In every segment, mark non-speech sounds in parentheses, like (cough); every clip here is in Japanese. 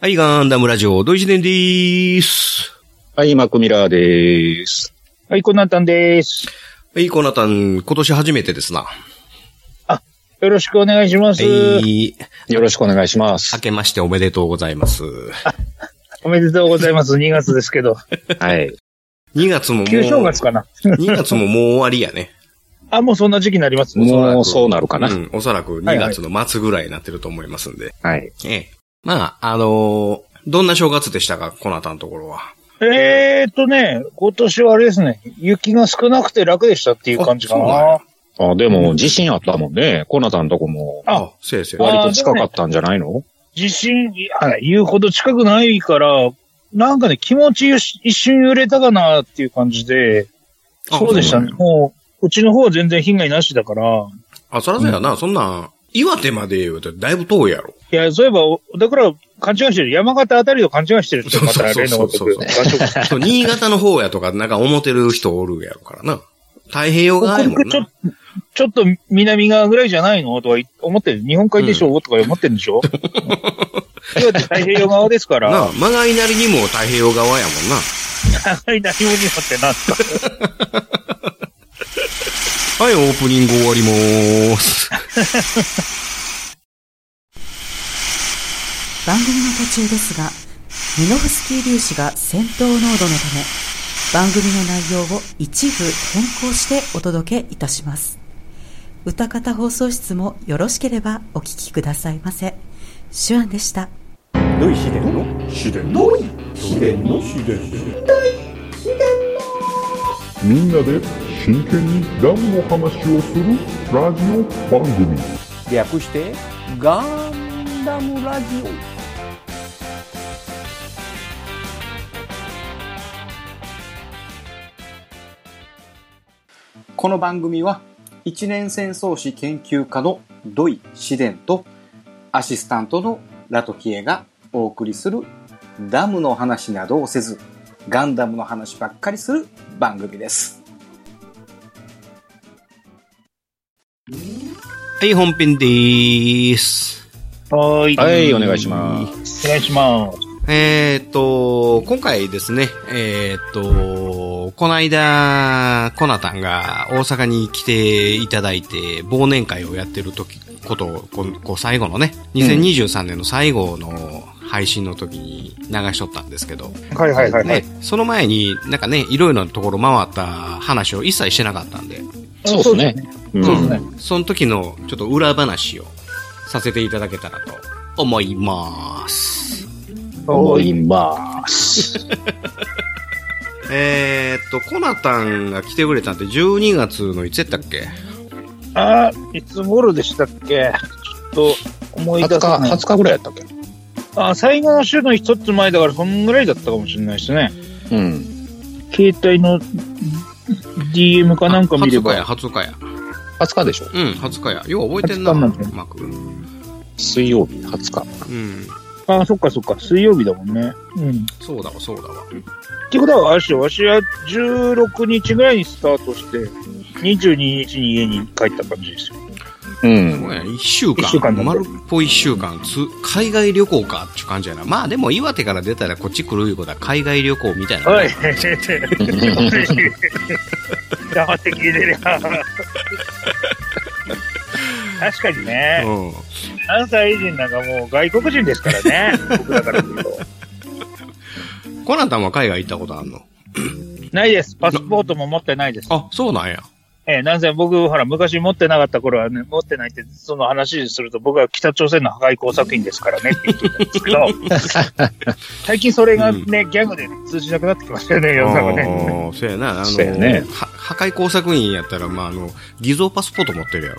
はい、ガンダムラジオ、ドイツ伝でーす。はい、マクミラーでーす。はい、こんなんたんでーす。はい、コナタン、今年初めてですな。はよろしくお願いします。い。よろしくお願いしま明す。けましておめでとうございます。おめでとうございます。2月です (laughs) けど。はい。 2月ももう、旧正月かな。 2月ももう終わりやね。あ、もうそんな時期になりますね。もうそうなるかなう。ん、おそらく2月の末ぐらいになってると思いますんで。はい。ええ。まあ、あのーどんな正月でしたか、コナタンのところは。えーっとね、今年はあれですね、雪が少なくて楽でしたっていう感じかあな。あ、でも、地震あったもんね。コナタんとこも、あ、せいせい。あ割と近かったんじゃないの地震、いや言うほど近くないから、なんかね、気持ちよし一瞬揺れたかなっていう感じで、あそうでしたね。そもう、うちの方は全然被害なしだから、あ、そらそうやな、そんなん、岩手まで言うとだいぶ遠い (laughs) やろ。いや、そういえば、おだから、勘違いしてる。山形あたりと勘違いしてるって、また例のごとそうそうく。そう場所がそう新潟の方やとか、なんか思ってる人おるやろからな。太平洋側やも北ん陸ちょなっ。ちょっと南側ぐらいじゃないのとか思ってる。日本海でしょ、とか思ってるんで (laughs) しょいや太平洋側ですから。なあ、曲がりなりにも太平洋側やもんな。長い何もにもってなんすか。はい、オープニング終わりまーす。番組の途中ですが、ミノフスキー粒子が戦闘濃度のため、番組の内容を一部変更してお届けいたします。歌方放送室もよろしければお聞きくださいませ。手腕でした。ノイ秘伝の秘伝の秘伝の秘伝みんなで真剣にダムの話をするラジオ番組略してガンダムラジオこの番組は一年戦争史研究家の土井紫伝とアシスタントのラトキエがお送りするダムの話などをせずガンダムの話ばっかりする番組です。 (laughs) はい、本編でーす。はーい。はい、お願いします。お願いします。えーっと、今回ですね、えーっと、こないだ、コナタンが大阪に来ていただいて、忘年会をやってる時、ことを、ここう最後のね、2023年の最後の配信の時に流しとったんですけど、はいはいはい、はいね、その前になんかね、いろいろなところ回った話を一切してなかったんで、そうですね。うそうですん。ね。その時のちょっと裏話をさせていただけたらと思います。思います。えー、っと、コナタンが来てくれたんって12月のいつやったっけあーいつ頃でしたっけちょっと思い出20さ日、ない。 20日ぐらいやったっあ、最後の週の一つ前だから、そんぐらいだったかもしれないですね。けうん。携帯の DM かなんか見れば。あ20日や、20日や。 20日でしょうん、20日や。よう覚えてんな、 20日なマんだーク。う水曜日20日。ん。あ、そっかそっか。水曜日だもんね。うん。そうだわ、そうだわ。ってことは、あれっしょ、わしは16日ぐらいにスタートして、22日に家に帰った感じですよ。うすごん。いね一週間。一週間だね丸っぽい一週間。つ海外旅行かっていう感じやな。まあでも岩手から出たらこっち来るいうことは海外旅行みたいなもんや。はい。黙って聞いてるよ。確かにね、うん。関西人なんかもう外国人ですからね、僕らからすると。コナタンは海外行ったことあんのないです。パスポートも持ってないです。あ、そうなんや。ええなんせ僕、ほら、昔持ってなかった頃はね、持ってないって、その話すると、僕は北朝鮮の破壊工作品ですからねって言ってたんですけど、 (laughs) 最近それがね、ギャグでね、通じなくなってきましたよね、世の中ね。 (laughs) あーそうやな。あの、そうやねは破壊工作員やったら、まあ、あの、偽造パスポート持ってる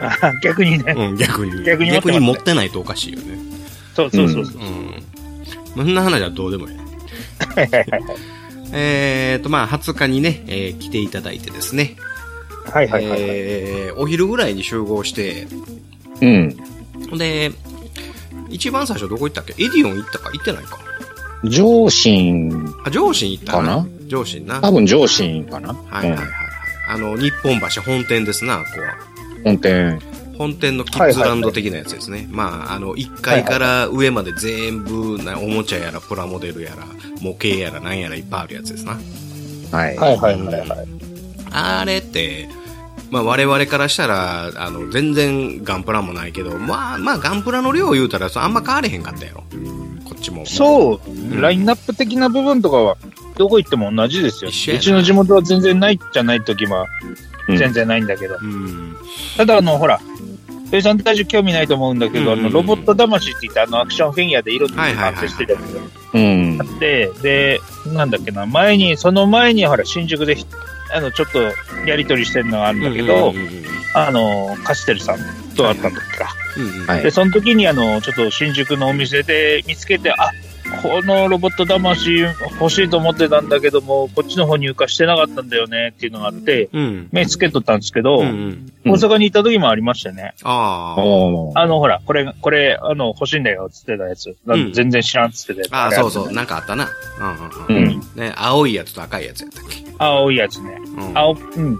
やあ逆にね、ろ。うん、逆に。逆に持ってますね持ってないとおかしいよね。そうそうそうそう。うん。そんな話はどうでもいい。はいはいはい (laughs) えーと、まあ、20日にね、えー来ていただいてですね。はいはいはいはい。えーお昼ぐらいに集合して、うん。ほんで、一番最初どこ行ったっけエディオン行ったか行ってないか。上信、あ、上信行ったかな上信な。多分上信かな。はいはいはいはい。あの、日本橋本店ですな、ここは。うん。本店。本店のキッズランド的なやつですね。まあ、あの、1階から上まで全部な、おもちゃやら、プラモデルやら、模型やら、なんやらいっぱいあるやつですな。はい。はいはいはいはい。あれって、まあ我々からしたら、あの、全然ガンプラもないけど、まあまあガンプラの量を言うたら、そうあんま変われへんかったやろ。こっちも。そうう、んラインナップ的な部分とかは、どこ行っても同じですよ。一緒やなうちの地元は全然ないじゃない時は、うん全然ないんだけど。うん。ただ、あの、ほら、ペイさん大丈夫興味ないと思うんだけど、うんうんあの、ロボット魂って言って、あの、アクションフィギュアで色々はいはいはい完成してるやつがうん。あって、で、なんだっけな、前に、その前に、ほら、新宿でひ、あの、ちょっと、やりとりしてるのがあるんだけど、うんうんうんあの、カステルさんと会ったんだっけか。うんうんはいで、その時にあの、ちょっと新宿のお店で見つけて、あこのロボット魂欲しいと思ってたんだけども、こっちの方入荷してなかったんだよねっていうのがあって、うん。目つけとったんですけど、うんうん。うん大阪に行った時もありましたね。ああ。おーあの、ほら、これ、これ、あの、欲しいんだよ、つってたやつ。なんうん全然知らん、つってたあやあ、つ。そうそう。う。なんかあったな。うんううんん。うん。ね、青いやつと赤いやつやったっけ。青いやつね。うん。青、うん。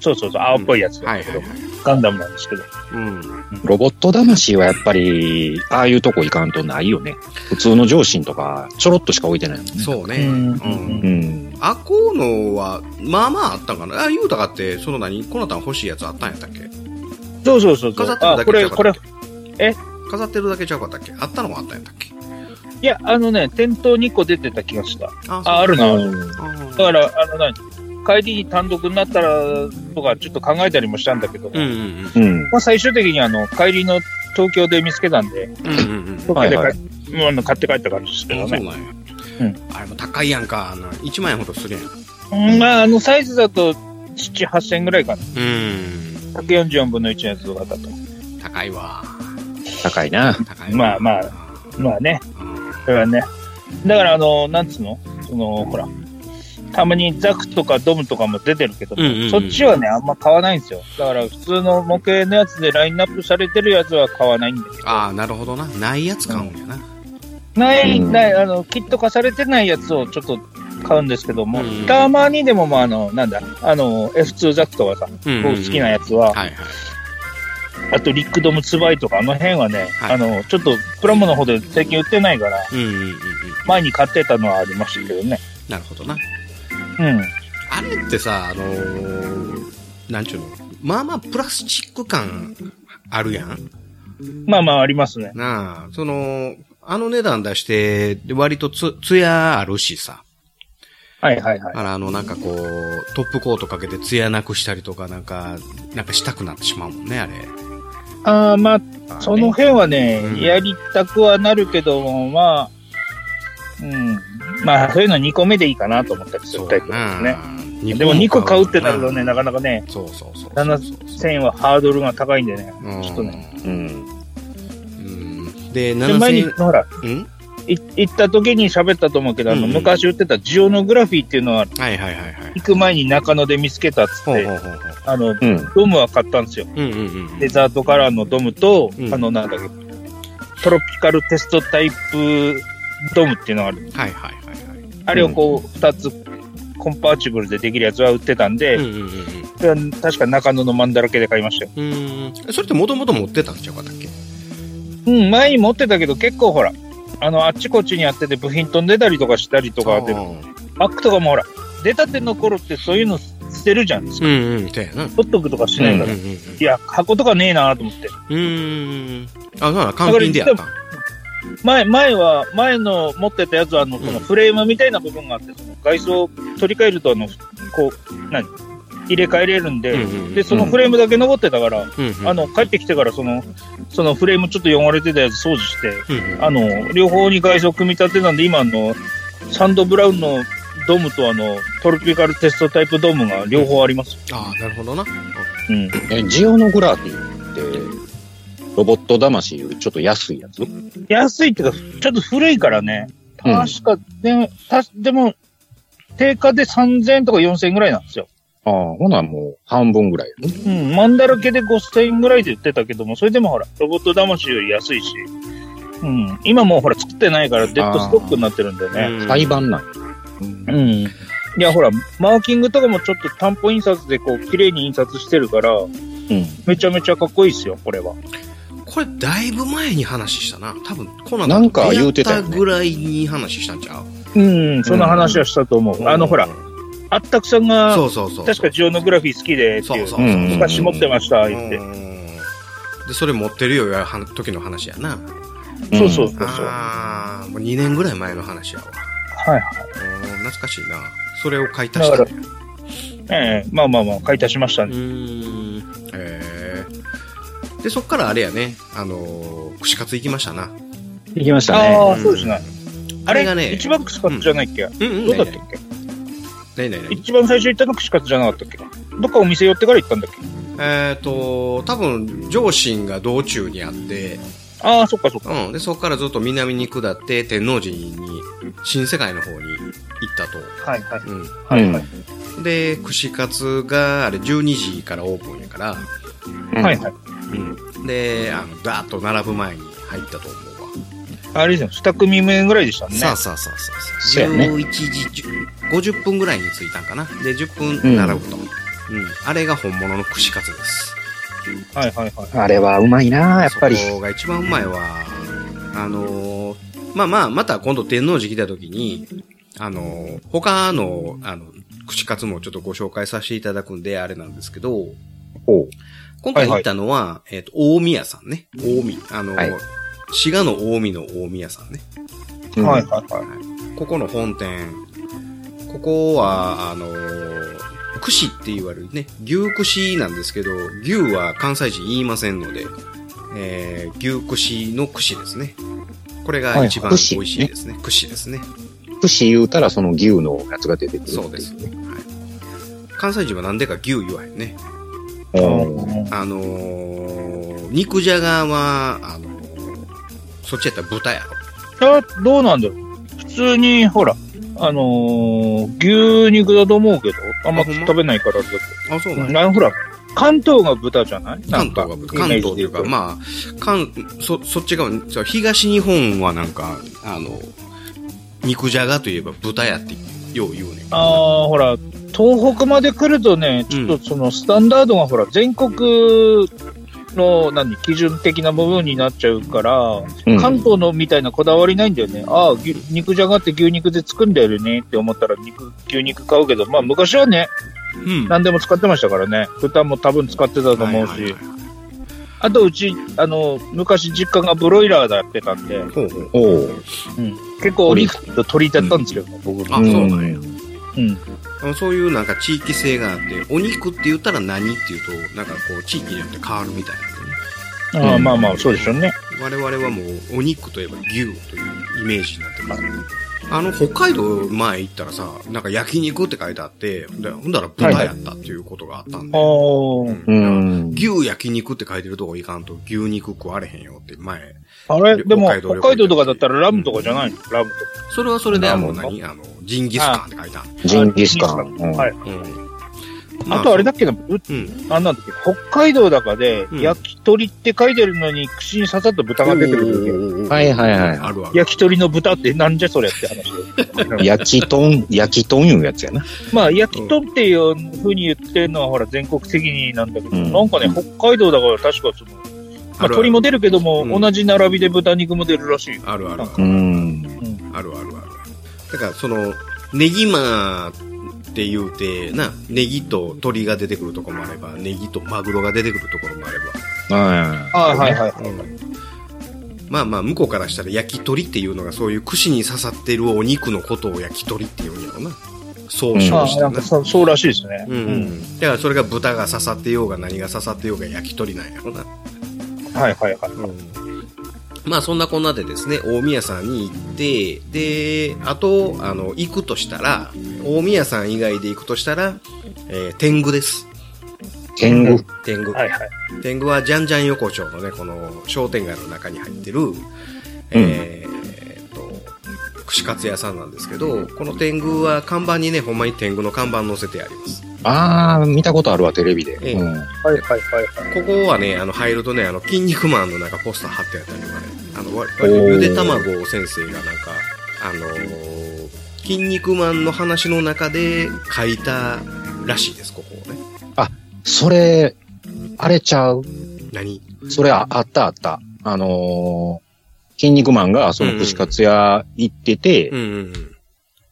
そうそうそう、青っぽいやつはだいけはど、いはい。ガンダムなんですけど。うん。ロボット魂はやっぱり、ああいうとこ行かんとないよね。普通の上司とか、ちょろっとしか置いてないもんね。そうね。うんうんう。ん。あこうのは、まあまああったんかな。あ、ゆうたかって、その何コナタン欲しいやつあったんやったっけそうそうそうそう。飾ってるだあ、けこちゃれ、うこかれったっ、け飾ってるだけちゃうかったっけあったのもあったんやったっけいや、あのね、店頭2個出てた気がした。ああ、あるな、あうるんだだから、あの、何帰りに単独になったら、とか、ちょっと考えたりもしたんだけど、うんうんうん。まあ、最終的に、あの、帰りの東京で見つけたんで、うん。うんうんうん。東京ではいはい買いもうあの買って帰った感じですけあどそうね。なんや。うんあれも高いやんか。あの1万円ほどするやん。ううんまあ、あの、サイズだと、7、8000円ぐらいかな。ーん。 144分の1のやつとかだと。高いわ。高いな。高いわ。まあまあまあね、それはね。だから、あの、なんつうのその、ほら。たまにザクとかドムとかも出てるけど、うんうんうんそっちはね、あんま買わないんですよ。だから、普通の模型のやつでラインナップされてるやつは買わないんだけど。ああ、なるほどな。ないやつ買うんやな。ない、うんない、あの、キット化されてないやつをちょっと買うんですけどうも、んたまにでも、まあ、あの、なんだ、あの、F2 ザクとかさ、うん僕好きなややつは、はいはい。あとリックドムツバイとか、あの辺はね、はいあの、ちょっとプラモの方で最近売ってないから、うんうんうんうん。前に買ってたのはありましたけどね。なるほどな。うん。あれってさ、あのー、なんちゅうのまあまあプラスチック感あるやん。まあまあ、ありますね。なあ、その、あの値段出して、で割とつ、ツヤあるしさ。はいはいはだからあの、なんかこう、トップコートかけてツヤなくしたりとか、なんか、なんかしたくなってしまうもんね、あれ。い。ああ、まあ、その辺はね、うんやりたくはなるけども、まあ、うん。まあ、そういうの2個目でいいかなと思ったりするタイプですね。ねでも2個買うってなるとね、なかなかね、そうそうそう。 7000円はハードルが高いんでね、うんちょっとね。うん。うん。で、で前に、 7000ほら、円。んい行った時に喋ったと思うけど、あの、うんうん昔売ってたジオノグラフィーっていうのは、はいはいはいはい。行く前に中野で見つけたっつっほうほて、うほうほあの、うん。ドムは買ったんですよ。う。うんうんうん。デザートカラーのドムと、うんあの、なんだっけ、トロピカルテストタイプドムっていうのがある。はいはいはいあれをこう、2つ、コンパーチブルでできるやつは売ってたんはい。で、うんうんうんそれは確か中野のマンだらけで買いましたよ。うん。うん。それってもともと持ってたんちゃうかったっけうん、前に持ってたけど、結構ほら、あの、あっちこっちにやってて部品飛んでたりとかしたりとかで、うんバックとかもほら、出たての頃ってそういうの捨てるじゃん。取うん。そうやな。っとくとかしないうんかんら。うんうん。いや、箱とかねえなと思って。うん。あ、そうなの換金でやったん。前、前は、前の持ってたやつは、あの、そのフレームみたいな部分があって、その外装を取り替えると、あの、こう、何入れ替えれるんで、うんうんうんで、そのフレームだけ残ってたから、うんうんあの、帰ってきてから、その、そのフレームちょっと汚れてたやつ掃除して、うんうんあの、両方に外装組み立てたんで、今あの、サンドブラウンのドームとあの、トロピカルテストタイプドームが両方あります。ああ、なるほどな。うん。え、ジオノグラフィーって、ロボット魂よりちょっと安いやつ安いっていうか、ちょっと古いからね。うん確か、でも、たでも、定価で3000円とか4000円ぐらいなんですよ。ああ、ほなもう半分ぐらいやね。うん。マンダラ系で5000円ぐらいで売ってたけども、それでもほら、ロボット魂より安いし。うん。今もうほら、作ってないから、デッドストックになってるんでね。裁判なんやうん。いや、ほら、マーキングとかもちょっと担保印刷でこう、綺麗に印刷してるから、うん。めちゃめちゃかっこいいですよ、これは。これだいぶ前に話したな多分コナンなんか言うてたよね出会ぐらいに話したんちゃううん、その話はしたと思う。あの、ほら、あったくさんがそ、うそうそう確かジオノグラフィー好きでっていうそうそう、うんうんうん昔持ってました、言って。うんでそれ持ってるよやは時の話やなそうそうそうそう。はああもう2年ぐらい前の話やわい。うん懐かしいなそれを買い足しただんやええ、まあまあまあ、買い足しましたうね。ーんえーでそっからあれやねあのー串カツ行きましたな行きましたね。ああ、そうですね。ああれれがね一番串カツじゃないっけうんうんどうだったっけ何々何々一番最初行ったの串カツじゃなかったっけどっかお店寄ってから行ったんだっけえっ、と多分上信が道中にあって、ああ、そっかそっか。うん、でそこからずっと南に下って天王寺に新世界の方に行ったと、はいはい。うはいはん、で串カツがあれ12時からオープンやから、うんはいはい。うん、であのダーッと並ぶ前に入ったと思うわ、あれですよ、二組目ぐらいでしたね。さあさあさあさそうあ、やね11時10 50分ぐらいに着いたんかなで10分並ぶと、うんあれが本物の串カツですはいはいはい。あれはうまいな、やっぱり。そこが一番うまいわ。あのーまあまあ、また今度天王寺来た時に、あのー他の、あの、串カツもちょっとご紹介させていただくんで、あれなんですけど、ほう今回行ったのは、えっ、と、大宮さんね。大宮。あのーはい滋賀の大宮の大宮さんね。うんはいはいはい。ここの本店。ここは、あのー串って言われるね、牛串なんですけど、牛は関西人言いませんので、えー、牛串の串ですね。これが一番は美い串味しいですね。串ですね。串言うたらその牛のやつが出てくる。そうです。ね。はい。関西人はなんでか牛言わへんね。うん。あのー肉じゃがは、あのーそっちやったら豚やろ。いや、どうなんだろう。普通に、ほら、あのー、牛肉だと思うけど、あんまあほんま食べないからだけあ、そうなんど。やなんほら、関東が豚じゃないな関んか東が関東っていうか、あ。まあ、関、そ、そっち側、そう東日本はなんか、あの、肉じゃがといえば豚やってよう言うねん。あーほら、東北まで来るとね、ちょっとそのスタンダードがほら、全国の、何、基準的な部分になっちゃうから、うん関東のみたいなこだわりないんだよね。ああ、牛肉じゃがって牛肉で作るんだよねって思ったら肉、牛肉買うけど、まあ昔はね、うん。何でも使ってましたからね。豚も多分使ってたと思うし。はいはいはいあとうち、あの、昔実家がブロイラーだってたんで、ほうほう。おう。結構お肉と鳥だったんですけど、僕あ、も。そううんなんや。うん。あのそういうなんか地域性があって、お肉って言ったら何っていうと、なんかこう地域によって変わるみたいなんでね。ああまあまあ、そうでしょうね。我々はもうお肉といえば牛というイメージになってます、あの北海道前行ったらさなんか焼肉って書いてあってでほんだら豚やったっていうことがあったんで、ああ、うん。牛焼肉って書いてるとこ行かんと牛肉食われへんよって前あれででも、北海道旅行北海道とかだったらラムとかじゃないのラムとそれはそれであのなるほ何あのジンギスカンって書いてあるジンギスカあン。うんはいうんか。あとあれだだっけな、ううんあんなんだっけ北海道だかでう、ん焼き鳥って書いてるのに口に刺さった豚が出てくる時。はいはいはいあるある焼き鳥の豚ってなんじゃそれって話。焼きとん、焼きとんいうやつやな。まあ、焼き鳥っていうふうに言ってるのは、ほら、全国的になんだけど、うんなんかね、北海道だから確かその、まあるああ、る鳥も出るけども、うん同じ並びで豚肉も出るらしいよ。あるあるあるうん。あるあるある。だから、その、ネギマって言うて、な、ネギと鶏が出てくるとこもあれば、ネギとマグロが出てくるところもあれはああ、はいはい。ば。まあまあ、向こうからしたら焼き鳥っていうのが、そういう串に刺さってるお肉のことを焼き鳥っていうんやろな。総うんあ称あし、てなな。んかそ、そうらしいですね。うんうん、だからそれが豚が刺さってようが何が刺さってようが焼き鳥なんやろな、はいはいはい。まあそんなこんなでですね、大宮さんに行って、で、あと、あの、行くとしたら、大宮さん以外で行くとしたら、えー天狗です。い。天狗。天狗。はいはい。天狗はジャンジャン横丁のね、この商店街の中に入ってる、えーっと、串カツ屋さんなんですけど、この天狗は看板にね、ほんまに天狗の看板載せてあります。ああ、見たことあるわ、テレビで。ええうん。はいはいはいはこい。こはね、あの、入るとね、あの、筋肉マンのなんかポスター貼ってあったりとかね、あの、わ割とゆで卵先生がなんか、あのー筋肉マンの話の中で書いたらしいです、ここをね。それ、あれちゃう何それああったあった。あのー、筋肉マンがその串カツ屋行ってて、うんうん。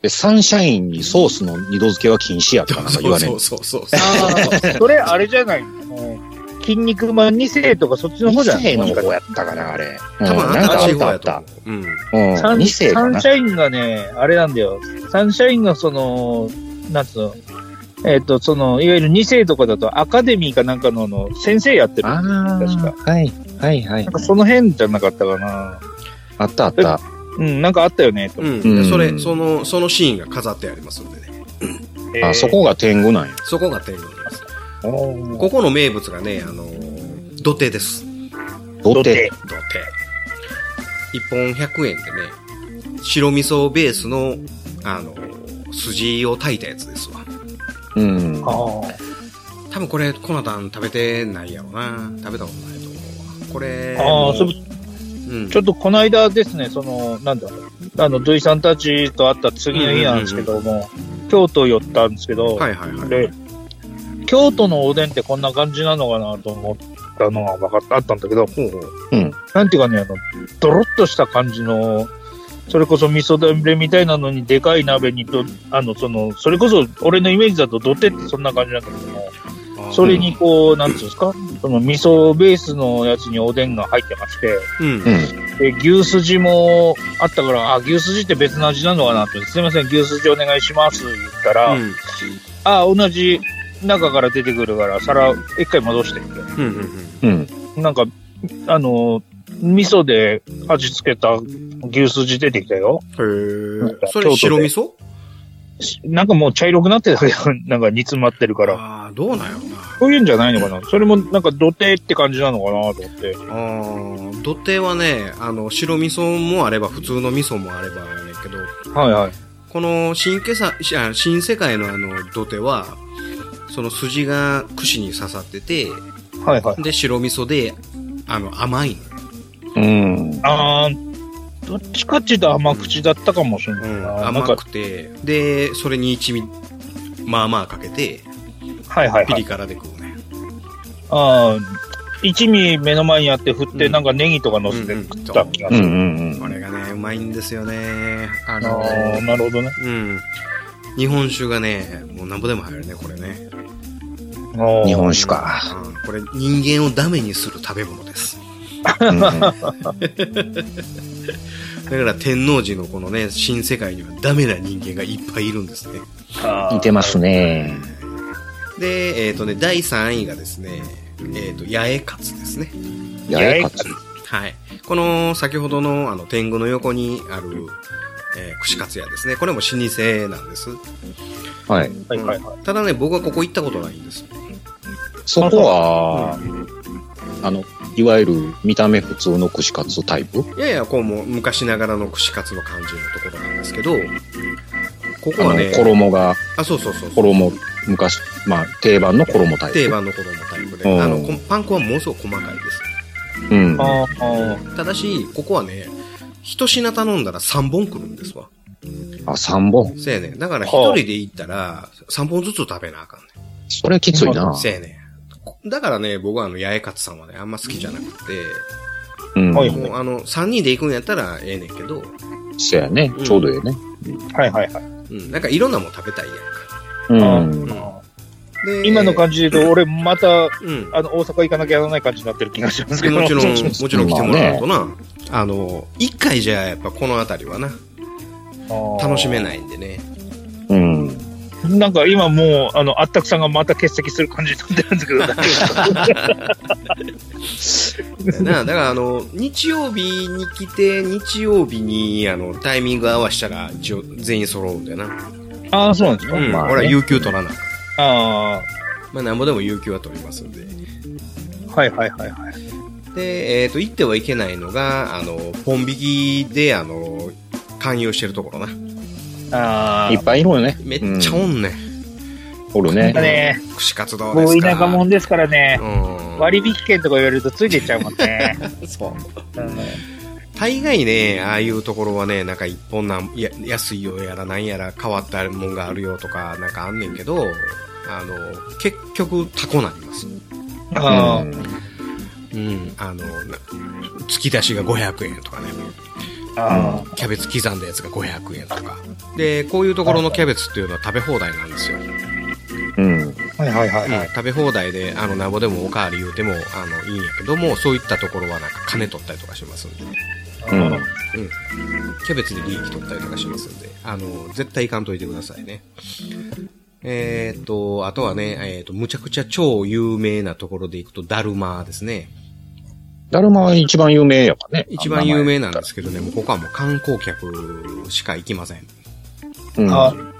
で、サンシャインにソースの二度漬けは禁止やとかなんか言われそるう。そうそうそう。 (laughs) それ、あれじゃないの筋肉マン2世とかそっちの方じゃない世の方やったかな、あれ。うん、多分なんか新しあいっ方たあやっとた思。う。うん。うん、サン2世かサなンシ。ャインがね、あれなんだよ。サンシャインがその、なんつうの、えっ、と、その、いわゆる2世とかだとアカデミーかなんかのの先生やってる。あなあ、はい、はい、はいん。かその辺じゃなかったかな。あったあった。うん、なんかあったよね、と。うん。うんでそれ、その、そのシーンが飾ってありますんでね。えーあそこが天狗なんや。そこが天狗です。ここの名物がね、あの、土手です。土土手。手。一本100円でね、白味噌ベースの、あの、筋を炊いたやつですわ。うん。あ多分これ、コナタン食べてないやろな。食べたことないと思うわ。これ、あああ、それうんちょっとこの間ですね、その、なんだ、あの、土井さんたちと会った次の日なんですけども、京都寄ったんですけど、はいはいはい。で、京都のおでんってこんな感じなのかなと思ったのが分かった、あったんだけど、うんなんていうかね、あの、ドロッとした感じの、それこそ味噌だれみたいなのにでかい鍋にど、あの、その、それこそ俺のイメージだと土手ってそんな感じなんだけども、それにこう、なんていうんですか、その味噌ベースのやつにおでんが入ってまして、うん。うん。で、牛すじもあったから、あ、牛すじって別の味なのかなと、すいません、牛すじお願いします、言ったら、うん。あ、同じ中から出てくるから、皿一回戻してって。うん。うん。うん。なんか、あの、味噌で味付けた牛すじ出てきたよ。へーなんかそれ白味噌しなんかもう茶色くなってたけど、 (laughs) なんか煮詰まってるから。ああー、どうなんやろそういうんじゃないのかなそれもなんか土手って感じなのかなと思って。な。ああ、土手はね、あの、白味噌もあれば、普通の味噌もあればやねんけど、はいはい。この新けさしあ新世界のあの土手は、その筋が串に刺さってて、はいはい。で、白味噌で、あの、甘いうん。あー、どっちかっていうと甘口だったかもしれなの。ういん、な。なん甘か、くて、で、それに一味、まあまあかけて、はいはいピはい。リ辛で食うね。あー一味目の前にあって振って、うんなんかネギとか乗せて食った気がうすんうる。んうこん。れがね、うまいんですよね。ああの、ーなるほどね。うん。日本酒がね、もうなんぼでも入るね、これね。あー日本酒か。うんこれ人間をダメにする食べ物です。うんうんだから天王寺のこのね、新世界にはダメな人間がいっぱいいるんですね。似てますね。で、えっ、とね、第3位がですね、えっ、と、八重勝ですね。 (laughs) ややれえかかつつ。はい。この先ほどのあの天狗の横にある、えー串カツ屋ですね。これも老舗なんです。はい。はいはいはい。ただね、僕はここ行ったことないんです。そこは、あの、いわゆる見た目普通の串カツタイプいやいや、こうもう昔ながらの串カツの感じのところなんですけど、こあこのはね、、衣が、あ、そうそうそうそう。衣、昔、まあ、定番の衣タイプ。定。番の子供タイプうで、んあの、こパン粉はものすごく細かいです。うん。あーあー、ただし、ここはね、一品頼んだら3本来るんですわ。あ、三本。せやねん。だから一はあ人で行ったら、3本ずつ食べなあかんね。。それきついなんせやねん。だからね、僕はあの、八重勝さんはね、あんま好きじゃなくて、うん。はいもうあの、3人で行くんやったらええねんけど、せやねう。んちょうどええね。はいはいはい。うん、なんかいろんなもん食べたいやんか。うん。で今の感じで言うと、俺また、うん。あの、大阪行かなきゃならない感じになってる気がしますけど。も (laughs) ちろん、もそうちろん来てもらうとな、あの、一回じゃやっぱこの辺りはな、楽しめい。ないんでね。うん。なんか今もう、あの、あったくさんがまた欠席する感じになってるんですけど、大丈夫ですかなだからあの日曜日に来て日曜日にあのタイミング合わしたら一応全員揃うんだよな、ああ、そうなんですか。うんまあね俺は有給取らなあかあんまあなんぼでも有給は取りますんであ、はいはいはいはい。で、えっと行ってはいけないのがあのポン引きであの勧誘してるところなあいあっ、ぱいいるよね。めっちゃおうんね、おるなんかね。ね、ん、串カツどうでもうす田か舎もんですからね、うん割引券とか言われるとついてっちゃうもんね。 (laughs) そううん大概ねああいうところはねなんか一本なんや安いよやらなんやら変わったもんがあるよとかなんかあんねんけどあの結局タコなりますあうん、あの、な突き出しが500円とかね。あ、あキャベツ刻んだやつが500円とか。で、こういうところのキャベツっていうのは食べ放題なんですよ。うん。あ、はいはいはういんはい。食べ放題で、あの、なんぼでもおかわり言うても、あの、いいんやけども、そういったところはなんか金取ったりとかしますんで、うん。キャベツで利益取ったりとかしますんで、あの、絶対いかんといてくださいね。えーっと、あとはね、えーっと、むちゃくちゃ超有名なところで行くと、ダルマですね。だるまは一番有名やからね。。一番有名なんですすけどね、もうここはもう観光客しか行きません。うん。あうん。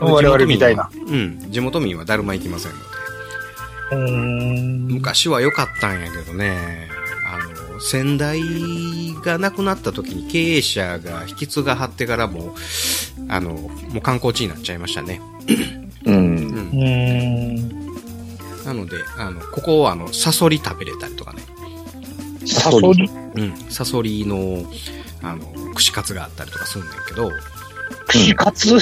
我々みたいな。うん。地元民はだるま行きませんので。うーん。昔は良かったんやけどね、あの、先代が亡くなった時に経営者が引き継が張ってからもう、あの、もう観光地になっちゃいましたね。う。うん。うんーん。なので、あの、ここはあの、サソリ食べれたりとかね。サソリ。うん。サソリの、あの、串カツがあったりとかするんだけど、串カ (laughs) ツ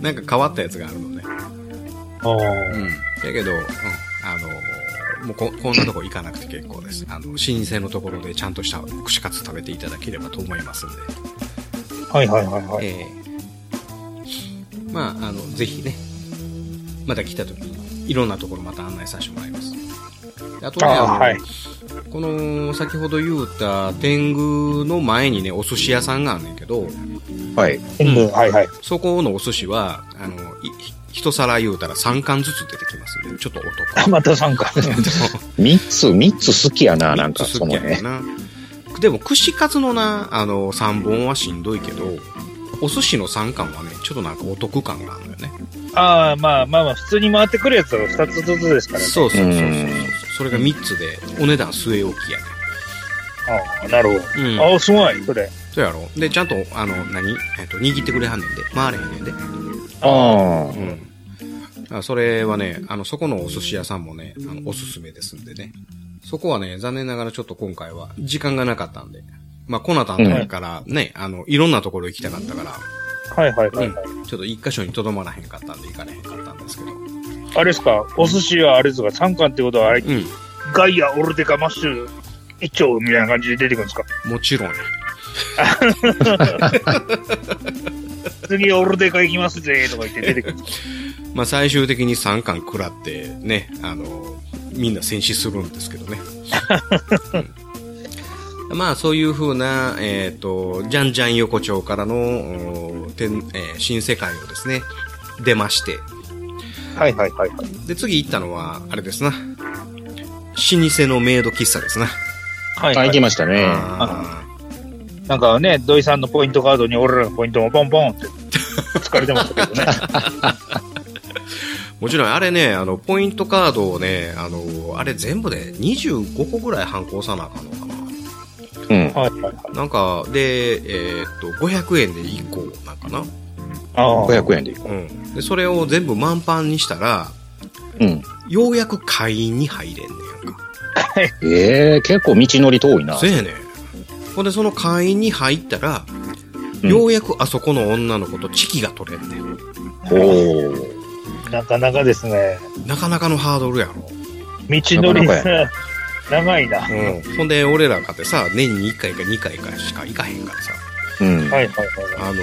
なんか変わったやつがあるのね。あうーん。だけど、うん、あの、もうここんなとこ行かなくて結構です。あの、老舗のところでちゃんとした串カツ食べていただければと思いますんで。はいはいはいはい。えーまあ、あの、ぜひね、また来た時に、いろんなところまた案内させてもらいます。あとね、ああの、はい。この、先ほど言うた天狗の前にね、お寿司屋さんがあんねんけど、はい。全部、はいはい。そこのお寿司は、あの、い一皿言うたら3貫ずつ出てきますんで、ちょっとお得。あ、また3回。三つ、三つ好きやな、なんか、三つそ好きのやねんね。な。でも、串カツのな、あの、3本はしんどいけど、お寿司の3貫はね、ちょっとなんかお得感があるのよね。 (laughs) ああ、まあまあまあ、普通に回ってくるやつは2つずつですからね。そうそうそうそううんそれが3つで、お値段据え置きやね。ああ、なるほど。うんああ、すごい、それ。そうやろで、ちゃんと、あの、何えっと、握ってくれはんねんで。回れへんねんで。ああ。うん。あそれはね、あの、そこのお寿司屋さんもね、あの、おすすめですんでね。そこはね、残念ながらちょっと今回は、時間がなかったんで。まあ、コナタンだからね、あの、いろんなところ行きたかったから、はいはいはい。はいちょっと一箇所にとどまらへんかったんで、行かれへんかったんですけど。うあれですか、お寿司はあれですか、3貫ってことは、あれ、ん。ガイア、オルデカ、マッシュ、一丁みたいな感じで出てくるんですかもちろんね。次、オルデカ行きますぜ、とか言って出てくるんですかまあ、最終的に3巻食らって、ね、あの、みんな戦死するんですけどね。うんまあ、そういう風な、えっ、と、じゃんじゃん横丁からの、おてんえー新世界をですね、出まして。はいはいはいはい。で、次行ったのは、あれですな。老舗のメイド喫茶ですな。はいあ、はい行きましたね。あなんかね、土井さんのポイントカードに俺らのポイントもポンポン (laughs) って疲れてましたけどね。ーもちろん、あれね、あの、ポイントカードをね、あの、あれ全部で25個ぐらい反抗さなあかんのかな。うん。はいはいはい。なんか、で、えーっと、500円で1個なんかな。ああ。 500円で行こうん。で、それを全部満帆にしたら、う。うん。ようやく会員に入れんねんやんか。ええ、結構道のり遠いなそ。やねん。ほんで、その会員に入ったら、うんようやくあそこの女の子とチキが取れんねん。おお。なかなかですね、なかなかのハードルやろ。道のりなかなかが (laughs) 長いな。はうん。ほんで、俺らかってさ、年に1回か2回かしか行かへんからさ、うんい。はいはい。あの、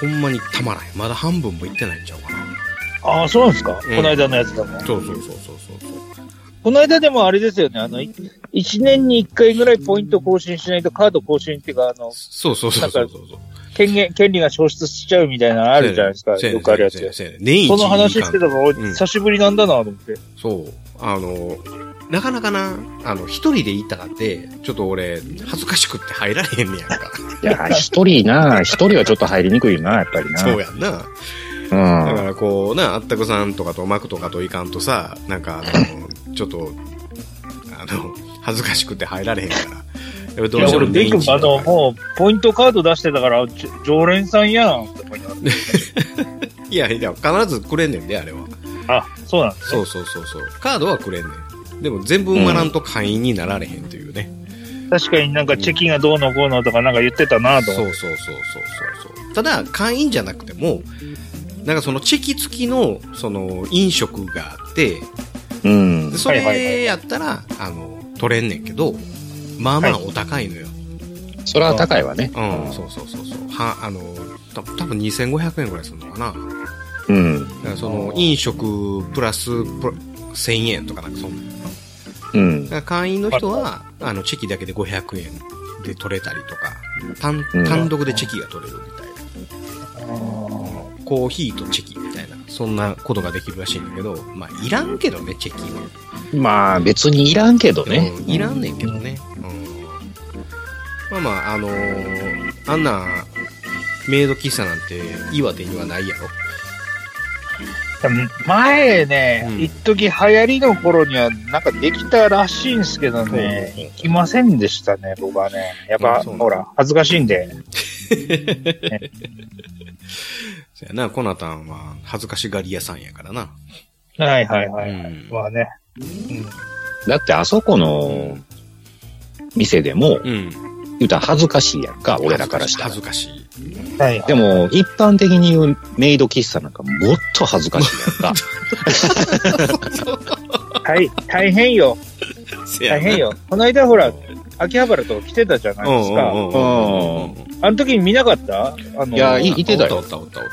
ほんまにたまらへん。まだ半分も行ってないんちゃうかな。ああ、そうなんですか、んこの間のやつだもん。そうそうそうそうそうそう。この間でもあれですよね、あの、い一年に一回ぐらいポイント更新しないとカード更新っていうか、あの、そうそうそうそうそうそう。権限、権利が消失しちゃうみたいなのあるじゃないですか。せやねんよくあるやつ。せやねんせやねん年一その話してたの、ん久しぶりなんだなと思って。そう。あの、なかなかな、あの、一人で行ったかって、ちょっと俺、恥ずかしくって入られへんねやん (laughs) か。いや、一人な、一人はちょっと入りにくいな、やっぱりな。そうやんな。だかや。らこう、な、あったくさんとかとマクとかといかんとさ、なんか、あの、ちょっと、あの、恥ずかしくて入られへんから。やっぱいどうや、して俺、もデ年イ一君、あの、とかもう、ポイントカード出してたから、じょ常連さんやんって思いながいやいや、必ずくれんねんで、あれは。ら。あ、そうなんですそね。うそうそうそう。カードはくれんねん。でも全部埋まらんと会員になられへんというね。確かになんかチェキがどうのこうのとかなんか言ってたなとそ思っうそうそうそうそうそうただ会員じゃなくてもなんかそのチェキ付きのその飲食があってうんで。そはいはいはれやったら、あの、取れんねんけど、まあまあお高いのよ。それは高いわね。うん、そうそうそうそう。は、あの、た多分2500円ぐらいするのかな。だうん。からその、飲食プラスプラ1000円とかなんかそんな。うんだ。から会員の人は、あの、チェキだけで500円で取れたりとか、単うん単独でチェキが取れるみたいな。コーヒーとチェキみたいな、そんなことができるらしいんだけど、まあ、いらんけどね、チェキは。まあ、別にいらんけどね。うんいらんねんけどね。うん、まあまあ、あのーあんな、メイド喫茶なんて岩手にはないやろ。前ねう、ん一時流行りの頃には、なんかできたらしいんですけどね、行きませんでしたね、僕はね。やっあぱ、そうほら、恥ずかしいんで。そやな、コナタンは恥ずかしがり屋さんやからな。はいはいはうい。んまあね。だって、あそこの店でも、うん。言うたら恥ずかしいやんか、俺らからしたら恥。ずかしい。はいはいでも、一般的に言うメイド喫茶なんかもっと恥ずかしいやんか。大大変よ。せや大な変。よ。この間ほら、秋葉原と来てたじゃなういでんすうか。んうんうん。あの時に見なかったあの、いやいいてたよおったおったおったおっ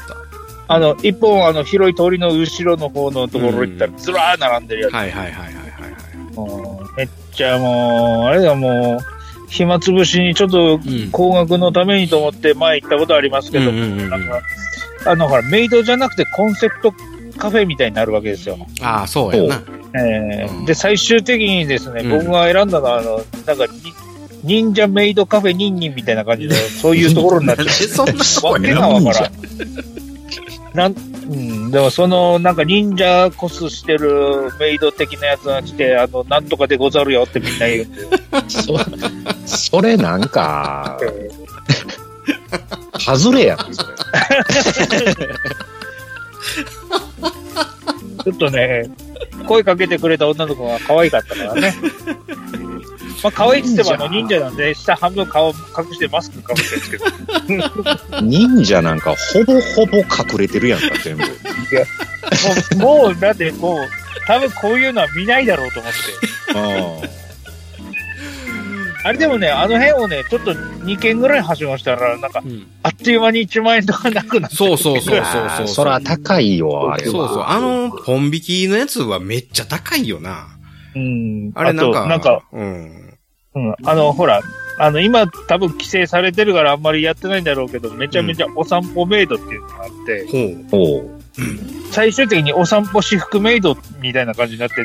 あの、一本、あの、広い通りの後ろの方のところ行ったら、ずらー並んでるやつた。。はいはいはいはいはいはい。もうめっちゃもう、あれだもう、暇つぶしにちょっとうん高額のためにと思って前行ったことありますけど、うんうんうんなんかあの、ほら、メイドじゃなくてコンセプトカフェみたいになるわけですよ。ああ、そうやな。えうんー、で、最終的にですね、うん僕が選んだのは、あの、なんかに、忍者メイドカフェニンニンみたいな (laughs) 感じで、そういうところになっちゃえ、そんなう。わけがわ (laughs) からん。なん、うん、でもその、なんか忍者コスしてるメイド的なやつが来て、あの、なんとかでござるよってみんな言う。そそれなんか、外れやん、それ。ちょっとね、声かけてくれた女の子が可愛かったか (laughs) らね。まあ、可愛いって言ってもあの忍者なんで、下半分顔隠してマスクかぶってるんですけど、忍者なんかほぼほぼ隠れてるやんか、全部。もう、もうだってもう、多分こういうのは見ないだろうと思って。あれでもね、あの辺をね、ちょっと2軒ぐらいはしごしたら、なんか、うんあっという間に1万円とかなくなって。そうそうそうそうあそーう。そら高いよ、あれは。そうそう。あの、ポン引きのやつはめっちゃ高いよな。うん。あれなんあか、となんか、うん。うん、あの、ほら、あの、今多分規制されてるからあんまりやってないんだろうけど、めちゃめちゃお散歩メイドっていうのがあって、ほう。おう最終的にお散歩私服メイドみたいな感じになって、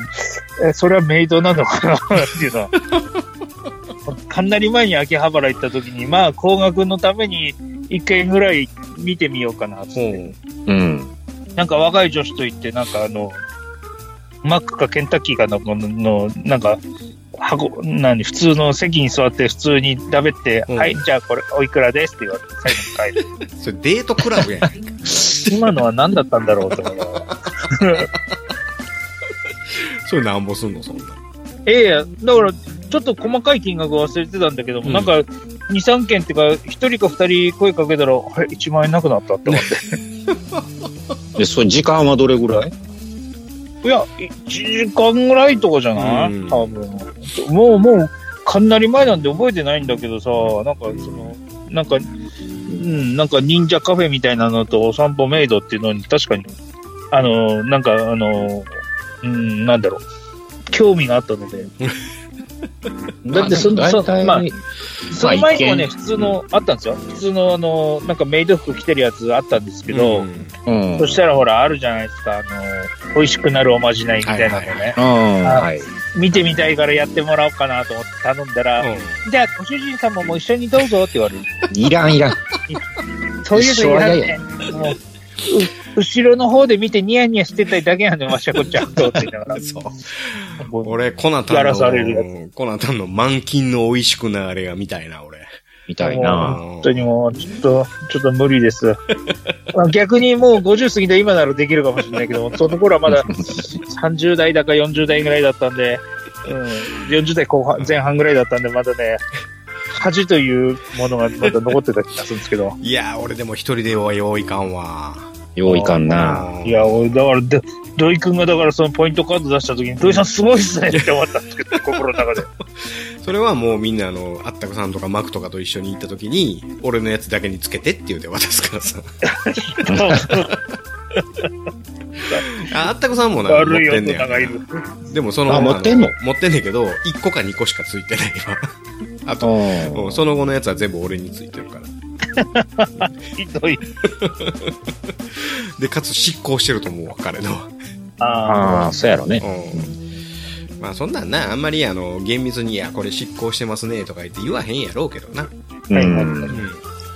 えそれはメイドなのかな (laughs) っていうのは。かなり前に秋葉原行った時に、まあ、高額のために一軒ぐらい見てみようかなっつって。うん。なんか若い女子と行って、なんかあの、マックかケンタッキーかの、この、のなんか、箱、何、普通の席に座って普通に食べて、うんはい、じゃあこれおいくらですって言われて、最後に帰る。それデートクラブやん。今のは何だったんだろうと思いながら。 (laughs) それなんぼすんの、そんな。ええだから、ちょっと細かい金額忘れてたんだけども、うんなんか、2、3件っていうか、1人か2人声かけたら、あれ、1万円なくなったって思って。で、それ時間はどれぐらいいや、1時間ぐらいとかじゃない、うん多分。もう、もう、かなり前なんで覚えてないんだけどさ、なんか、その、なんか、うん、なんか忍者カフェみたいなのとお散歩メイドっていうのに、確かに、あの、なんか、あの、うん、なんだろう。興味があったので。だってその、まあそ大体まあ、そまあの前にもね、一普通の、あったんですよ。普通の、あの、なんかメイド服着てるやつあったんですけど、うんうん。そしたらほら、あるじゃないですか、あの、美味しくなるおまじないみたいなのね。はいはいうん、はい。見てみたいからやってもらおうかなと思って頼んだら、じゃあご主人様も一緒にどうぞって言われる。いらんいらん。そういうのいらんねもうう後ろの方で見てニヤニヤしてただけなんで、わしゃこっちゃんとって言いながうん。 (laughs) そう。ら。もう俺、コナタやンらされるの、コナタンの満金の美味しくなあれが見たいな、俺。みたいな。うん本当にもう、ちょっと、ちょっと無理です。まあ逆にもう50過ぎた今ならできるかもしれないけど、その頃はまだ30代だか40代ぐらいだったんで、うん、40代後半、前半ぐらいだったんで、まだね、恥というものがまだ残ってた気がするんですけど。いやー、俺でも一人ではよういかんわ。よういかんな。あーいや、俺、だから、で土井くんが、だから、そのポイントカード出した時に、土井さんすごいっすねって思ったんですけど、心の中で。それはもうみんなあの、あったくさんとかマクとかと一緒に行った時に、俺のやつだけにつけてって言うて渡すから (laughs) さ。ああったくさんもな、持っ悪いてんね女がいや。る。でもその、あ持ってんのあ持ってんねんけど、1個か2個しかついてないわ。あうと、うんん。その後のやつは全部俺についてるから。ひどい。で、かつ執行してると思うわ、彼のは。あああ、そうやろね。うん。まあそんなんな、あんまりあの、厳密に、いや、これ執行してますね、とか言って言わへんやろうけどな。う。はいはいうんん。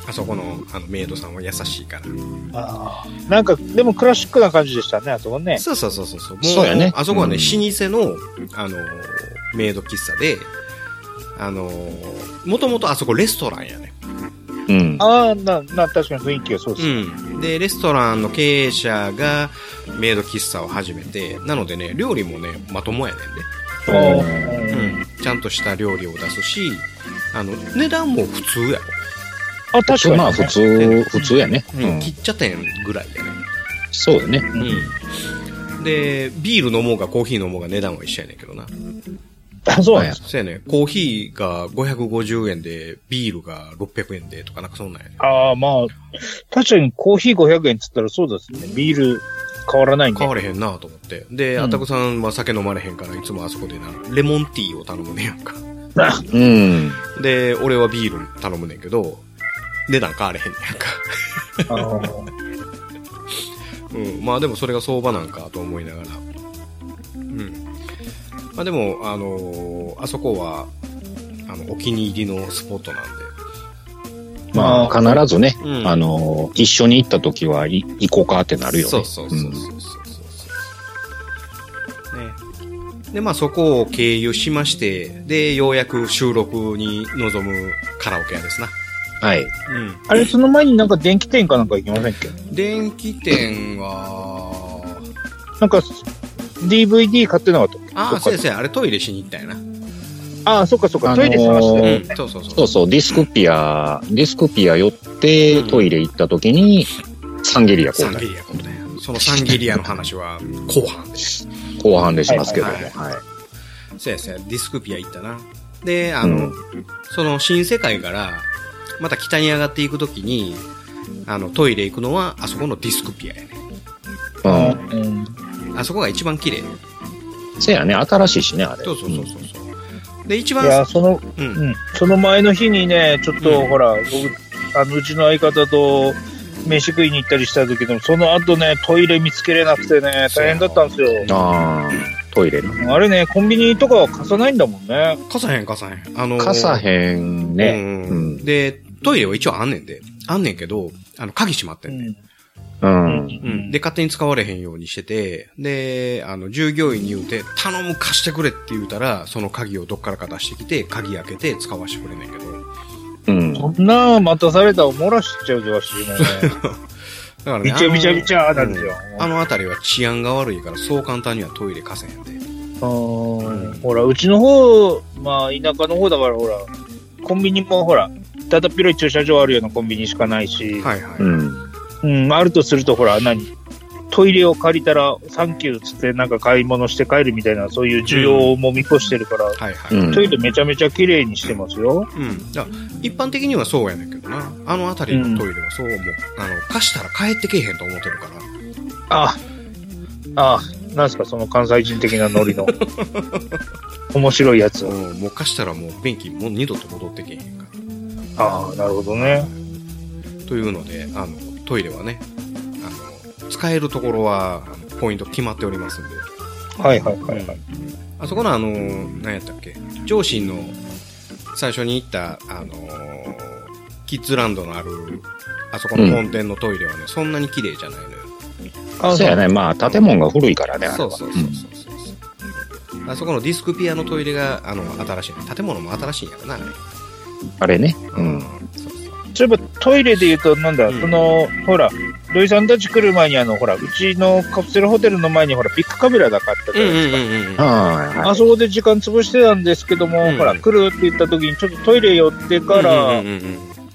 あそこの、あの、メイドさんは優しいから。ーあー。なんか、でもクラシックな感じでしたね、あそこね。そうそうそうそうそう。もそうやねあそこはね、うん老舗の、あの、メイド喫茶で、あの、もともとあそこレストランやね。うん。ああ、な、な、確かに雰囲気はそうです。うん。で、レストランの経営者がメイド喫茶を始めて、なのでね、料理もね、まともやねあんーで。うん。ちゃんとした料理を出すし、あの、値段も普通やろ。あ、確かにね。まあ、普通、普通やね。ううん。ん。喫茶店ぐらいやね。そうだね。うん。で、ビール飲もうがコーヒー飲もうが値段は一緒やねんけどな。あ、そうなんです。そうやね。コーヒーが550円で、ビールが600円でとかなんかそんなんやね。ああ、まあ、確かにコーヒー500円っつったらそうですね。ビール変わらないんで。買われへんなと思って。で、うんあたくさんは酒飲まれへんから、いつもあそこでな、レモンティーを頼むねやんか。うん。で、俺はビール頼むねんけど、値段変われへんねやんか。あーうん。まあでもそれが相場なんかと思いながら。うん。まあでも、あのーあそこは、あの、お気に入りのスポットなんで。まあ、必ずね、うんあの、一緒に行った時は、い行こうかってなるよね。そうそうそうそうそうそう、ね。で、まあそこを経由しまして、で、ようやく収録に臨むカラオケ屋ですな。うんはい。あれ、その前になんか電気店かなんか行きませんっけうん。電気店は、なんか、DVD 買ってなかったっけああ、そそうやっかそうや、あれトイレしに行ったんやな。ああ、そっかそっあか。のートイレ探してたうよんね。、そうそうそう。そうそう、ディスクピア、ディスクピア寄って、トイレ行った時に、サンゲリアサン交代ギリアことね。そのサンギリアの話は後半で。後半でしますけども。はいはいはい。そうやそうや、ディスクピア行ったな。で、あの、うんその新世界から、また北に上がっていくときに、あの、トイレ行くのは、あそこのディスクピアやね。うん。うんあそこが一番綺麗。せやね、新しいしね、あれ。そうそうそうそうそう。で、一番、いや、その、うんう。ん。その前の日にね、ちょっと、うんほら、僕、あの、うちの相方と、飯食いに行ったりした時でも、その後ね、トイレ見つけれなくてね、大変だったんですよ。ああ、トイレな。あれね、コンビニとかは貸さないんだもんね。貸さへん貸さへん。あのーかさへんね。ううんん。で、トイレは一応あんねんで。あんねんけど、あの、鍵閉まってんねん。うん。うん。で、勝手に使われへんようにしてて、で、あの、従業員に言うて、頼む貸してくれって言うたら、その鍵をどっからか出してきて、鍵開けて使わしてくれんねんけど。うん。そんな待たされたら漏らしちゃうじゃわしもね。だからね。びちゃびちゃびちゃなんですよ。あの辺りは治安が悪いから、そう簡単にはトイレ貸せへんで。あのほら、うちの方、まあ、田舎の方だから、ほら、コンビニもほら、ただ広い駐車場あるようなコンビニしかないし、はいはい。うん。うん、あるとすると、ほら、何トイレを借りたら、サンキューっつって、なんか買い物して帰るみたいな、そういう需要も見越してるから、はいはうい。んトイレめちゃめちゃ綺麗にしてますよ。うん。だから一般的にはそうやねんけどな。あの辺りのトイレはそう思う。あの、貸したら帰ってけえへんと思ってるから。ああ、なんすか、その関西人的なノリ (laughs) の。面白いやつ。うん、もう貸したらもう便器もう二度と戻ってけえへんから。ああ、なるほどね。というので、あの、トイレはね、あの、使えるところは、あのポイント決まっておりますんで。はいはいはいはい。あそこのあの、何やったっけ、上信の最初に行った、あの、キッズランドのある、あそこの本店のトイレはね、そんなに綺麗じゃないのよ。あそうやね。まあ、建物が古いからね、あれそはうそうそうそうそう、あそこのディスクピアのトイレがあの新しい建物も新しいんやろなあれあれね。ううんん。そうそうそういえばトイレで言うと、なんだ、うんその、ほら、土井さんたち来る前に、あの、ほら、うちのカプセルホテルの前に、ほら、ビッグカメラだかあったじゃないですか。うんああ、はあそこで時間潰してたんですけども、うんほら、来るって言った時に、ちょっとトイレ寄ってから、うんうんうん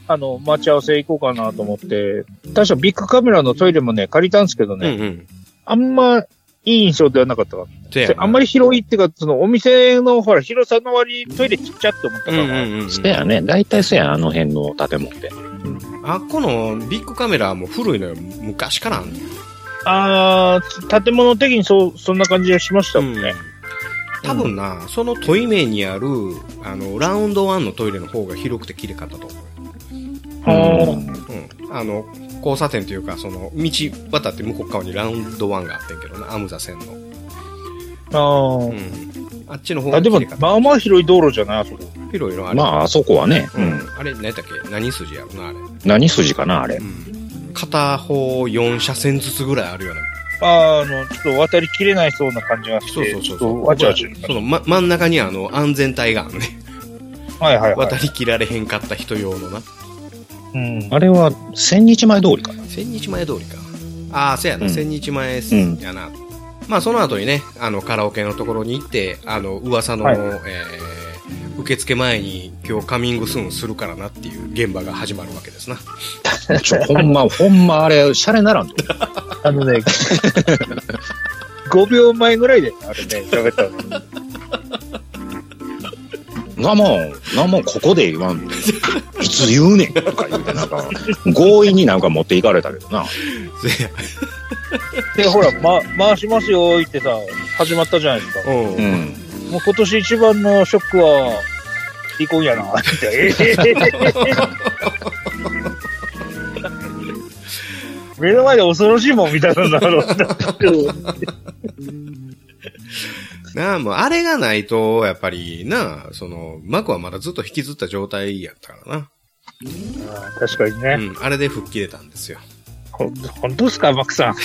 あの、待ち合わせ行こうかなと思って、確かビッグカメラのトイレもね、借りたんですけどうんうね、ん。あんまいい印象ではなかったわせやでなあんまり広いっていうか、そのお店のほら、広さの割にトイレちっちゃって思ったかうんら、うんうん。せやね。大体せやん、あの辺の建物って。あっこのビッグカメラはもう古いのよ。昔からあんねんああ、建物的にそう、そんな感じがしましたもんね。多分な、そのトイメにある、あの、ラウンドワンのトイレの方が広くて綺麗かったと思う。あうん。あの、交差点というか、その、道渡って向こう側にラウンドワンがあってんけどな、アムザ線の。あうん。ー、あっちの方あがで綺も麗かっ、た。まあまあ広い道路じゃない、あそこ。広いのあれ。まあ、あそこはね、ううんん。あれ、何やったっけ何筋やろな、あれ。何筋かな、あれ。片方4車線ずつぐらいあるような。あーあの、ちょっと渡りきれないそうな感じがして。そうそうそうそちょっう。とわちゃわちゃその、ま、真ん中にあの、安全帯があるね。はいはいはい。渡り切られへんかった人用のな。うん、あれは、千日前通 (laughs) りかな。千日前通りか。ああ、そうやな、うん千日前んやな。まあ、その後にね、あの、カラオケのところに行って、あの、噂の、はいえー受付前に今日カミングスーンするからなっていう現場が始まるわけですな。ちょ、ほんま、ほんま、あれ、シャレならんと。あのね、5秒前ぐらいで、あれね、喋ったの。なもん、なもん、ここで言わん。 (laughs) いつ言うねんとか言うて、なんか、強引になんか持っていかれたけどな。 (laughs) せやで、ほら、ま、回しますよ、言ってさ、始まったじゃないですか。うんうん。もう今年一番のショックは、離婚やな、 (laughs) って。えー目の前で恐ろしいもんみたいなんだろうなあ、もうあれがないと、やっぱりなあ、その、マクはまだずっと引きずった状態やったからな。確かにね。うん、あれで吹っ切れたんですよ。ほん、本当ですか、マクさん。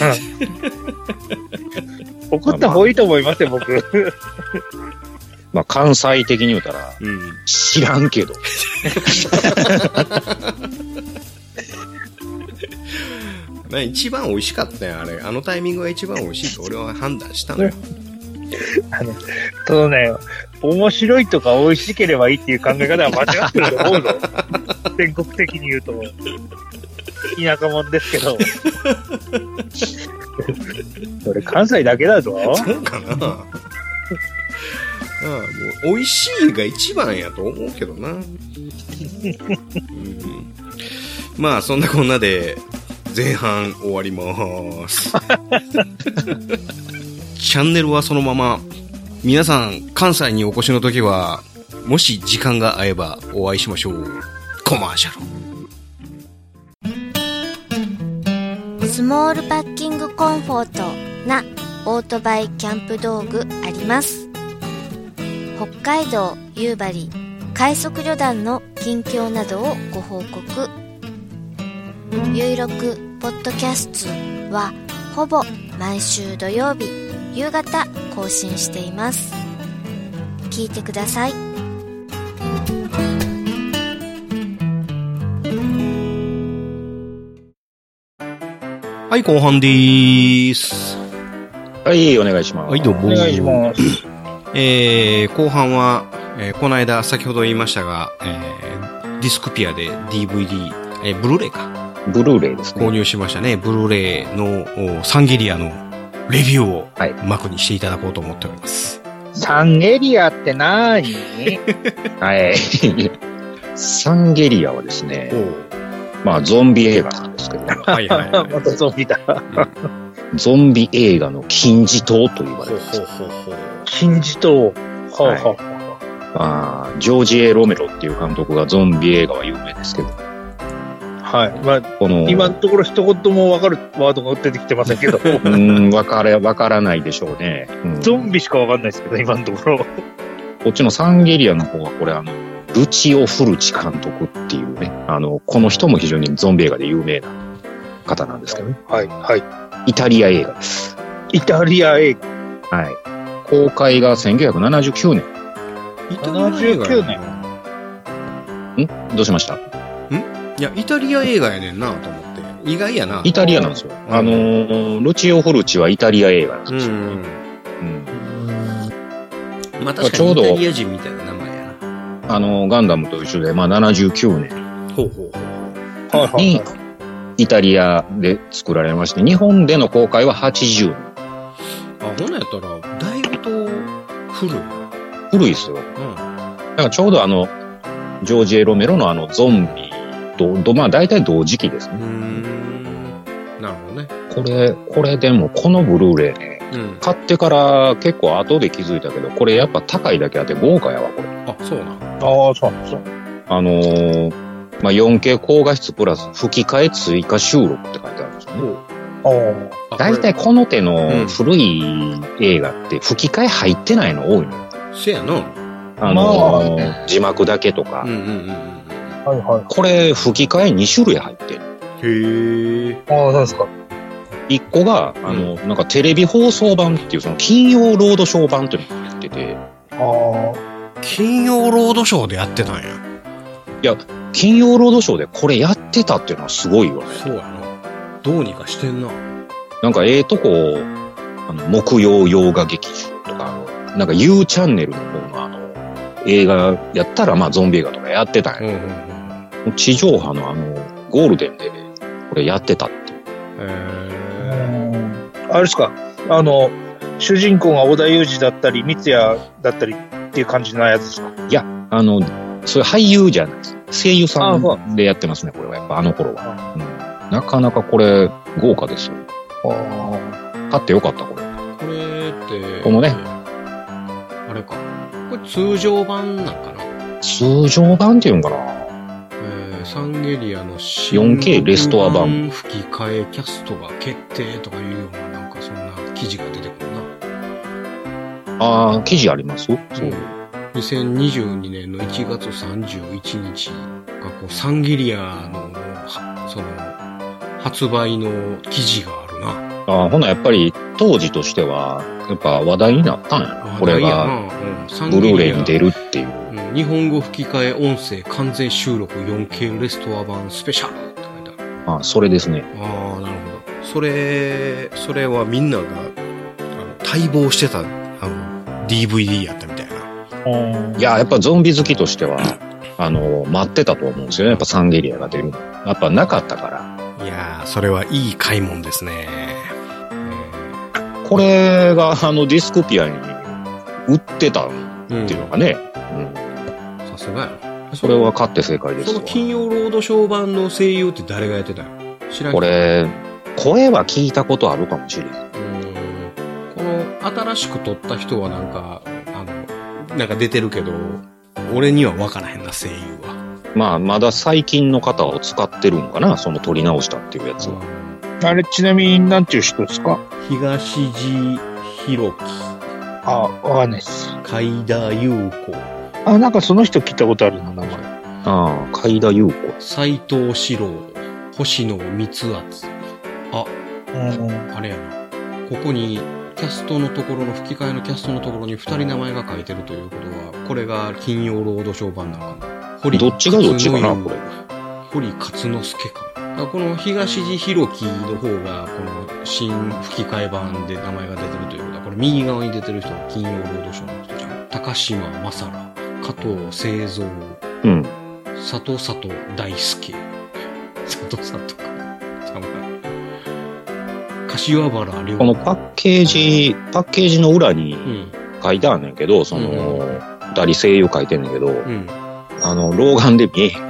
怒った方がいいと思いますよ、僕。まあ、関西的に言うたら、うん。知らんけど。ね、一番美味しかったよ、あれ。あのタイミングが一番美味しいと俺は判断したのよ。そのね、面白いとか美味しければいいっていう考え方は間違ってると思う (laughs) ぞ。全国的に言うと。田舎者ですけど。 (laughs) それ関西だけだぞ。 (laughs) そうかなああもう美味しいが一番やと思うけどな。うん、まあ、そんなこんなで、前半終わり (laughs) ます。チャンネルはそのまま、皆さん、関西にお越しの時は、もし時間が合えばお会いしましょう。コマーシャル。スモールパッキングコンフォートなオートバイキャンプ道具あります北海道夕張快速旅団の近況などをご報告「ゆいろくポッドキャスト」はほぼ毎週土曜日夕方更新しています聞いてくださいはい、後半でーす。はい、お願いします。はい、どうも。お願いします。えー後半は、えーこの間先ほど言いましたが、えーディスクピアで DVD、えーブルーレイか、ブルーレイです購ね。入しましたね。ブルーレイのおサンゲリアのレビューをはいうまくにしていただこうと思っております。サンエリアってなーにはい。 (laughs) サンゲリアはですね、まあ、ゾンビ映画なんですけど、おはい (laughs) はいはい。 (laughs) またゾンビだ。 (laughs) ゾンビ映画の金字塔と言われほうる。ほうほうほう。金字塔。はあはあまあ、ジョージ・エロメロっていう監督がゾンビ映画は有名ですけど、はい。まあ、この、今のところ一言もわかるワードが出てきてませんけ (laughs) ど、うーん、わかれ、わからないでしょうね。うんゾンビしかわかんないですけど、今のところ。こっちのサンゲリアの方は、これ、あの、ルチオ・フルチ監督っていうね、あの、この人も非常にゾンビ映画で有名な方なんですけどね。はい、はい。イタリア映画です。イタリア映画。はい。公開が1979年。イタリア映画やねんな。どうしましたいや、イタリア映画やねんなと思って。意外やな。イタリアなんですよ。あのールチオ・フルチはイタリア映画なんうですよ。ん。うんまあ確かちょにうイどタリア人みたいな名前やあのーガンダムと一緒で、まあ79年な。ほうほうほう。はいはいに、イタリアで作られまして、日本での公開は80年。あ、ほんなんやったら、だいぶと古い。うん。古いですよ。だからちょうどあの、ジョージ・エロメロのあのゾンビと、どまあ大体同時期ですうーね。ん。なるほどね。これ、これでもこのブルーレイね、うん。買ってから結構後で気づいたけど、これやっぱ高いだけあって豪華やわ、これ。あ、そうなん。ああ、そうなんですよ。あのーまあ、4K 高画質プラス吹き替え追加収録って書いてあるんですよね。あーあ大体ここの手うんの古い映画って吹き替え入ってないの多いれの。せやの。あのー字幕だけとか。うんうんうんうん。はいはい。これ吹き替え2種類入ってへる。え。ああ、そうですか。 1個が、あの、なんかテレビ放送版っていう、その金曜ロードショー版っていうのがやってて、ああ、金曜ロードショーでやってたんや。金曜ロードショーでこれやってたっていうのはすごいよね。そうやな。どうにかしてんな。なんかええとこ、あの、木曜洋画劇場とか、あのなんか U チャンネルの方のあの、映画やったら、まあゾンビ映画とかやってたんうんや。うんうん。地上波のあの、ゴールデンで、これやってたっていう。えうんあれですか。あの、主人公が織田裕二だったり、三谷だったりっていう感じのやつですか。あの、それ俳優じゃないです。声優さあそんでやってますね、これは。やっぱあの頃は。うんなかなかこれ、豪華ですよ。買ってよかった、これ。ー、これって。このねあれか。これ通常版なんかな。通常版っていうのかなえーサンゲリアの 4K レストア版吹き替えキャストが決定とかいうようななんかそんな記事が出てくるなああ、記事ありますそう。 2022年の1月31日がこうサンゲリアのはその発売の記事があるなああ、ほな、やっぱり当時としては、やっぱ話題になったんやな。これが、話題やなうんサンブゲルリアーレイに出るっていう。うん日本語吹き替え音声完全収録 4K レストア版スペシャルって書いてあるああ、それですね。ああなるほどそれそれはみんながあの待望してたあの DVD やったみたいないや、やっぱゾンビ好きとしては、あの、待ってたと思うんですよね。やっぱサンゲリアが出るの。やっぱなかったから。いやーそれはいい買い物ですね、えこれが、あの、ディスクピアに売ってたっーていうのがね。うんさすがやそれは買って正解ですそわの。金曜ロードショー版の声優って誰がやってたの知らんけどこれ、声は聞いたことあるかもしれない。うんこの新しく撮った人はなんかあのなんか出てるけど俺には分からへんな声優はまあ、まだ最近の方を使ってるんかな、その撮り直したっていうやつは。あれ、ちなみになんていう人ですか東地弘樹ああ、わかんないです。海田優子あ、なんかその人聞いたことあるな、名前。ああ、海田優子。斎藤史郎星野光敦ああれやなここにキャストのところの吹き替えのキャストのところに2人名前が書いてるということはこれが金曜ロードショー版なのかな堀どっちがどっちかな勝之こ堀れ勝之助かだからこの東地弘樹の方がこの新吹き替え版で名前が出てるということはこれ右側に出てる人は金曜ロードショーの人じゃん高島正良加藤製造うん。佐藤佐藤大輔。佐藤佐藤か。ちゃうな柏原亮。このパッケージ、パッケージの裏にうん。書いてあんねんけど、その、う二人声優書いてんねんけど、うん。あの、老眼で見えへん。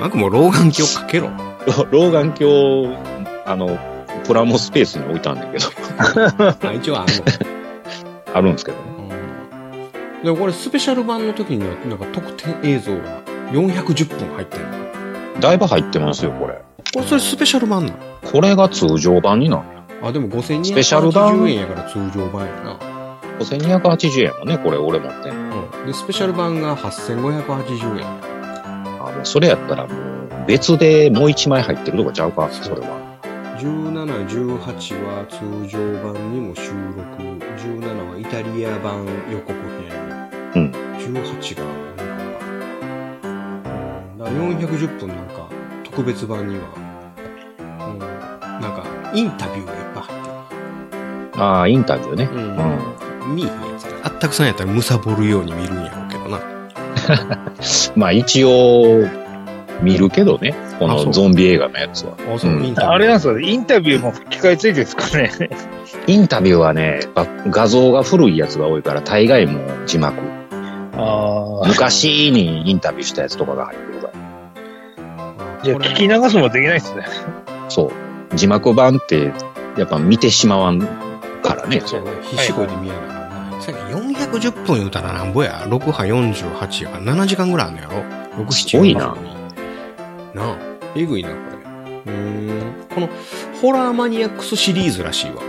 なんかもう老眼鏡かけろ。 (laughs) 老眼鏡、あの、プラモスペースに置いたんだけど、 (laughs) (laughs) あ、一応あんあるんですけどね。の。うん。でもこれスペシャル版の時には、なんか特典映像が410分入ってる。だいぶ入ってますよ、これ。これそれスペシャル版なのこれが通常版になる。あ、でも5280円。スペシャル版円やから通常版やな。 5280円もね、これ俺持ってんのうん。で、スペシャル版が8580円。あもうそれやったらもう、別でもう一枚入ってるとかちゃうか、それは。 17、18は通常版にも収録、17はイタリア版予告編、うん18が何かな、うん、だから410分なんか特別版には、うん、なんかインタビューがいっぱい入ってああ、インタビューね。る。ううんん。見えへんやつあったくさんやったらむさぼるように見るんやろうけどな。まあ一応、見るけどね、こあそのうゾンビ映画のやつは。あ、そう、うんインタビューあれなんですよ、インタビューも吹き替えついてるんですかね。インタビューはね、やっぱ画像が古いやつが多いから、大概もう (laughs) 字幕。ああ。昔にインタビューしたやつとかが入ってるから。 (laughs) じゃあ聞き流すのもできないですね。そう。字幕版って、やっぱ見てしまわんからね。そうね、必死こいで見えながらな。せやけど410分言うたらなんぼや。6波48やから7時間ぐらいあんのやろ ?6、7すごいな。なあ、えぐいな、これ。うーん。この、ホラーマニアックスシリーズらしいわ、こ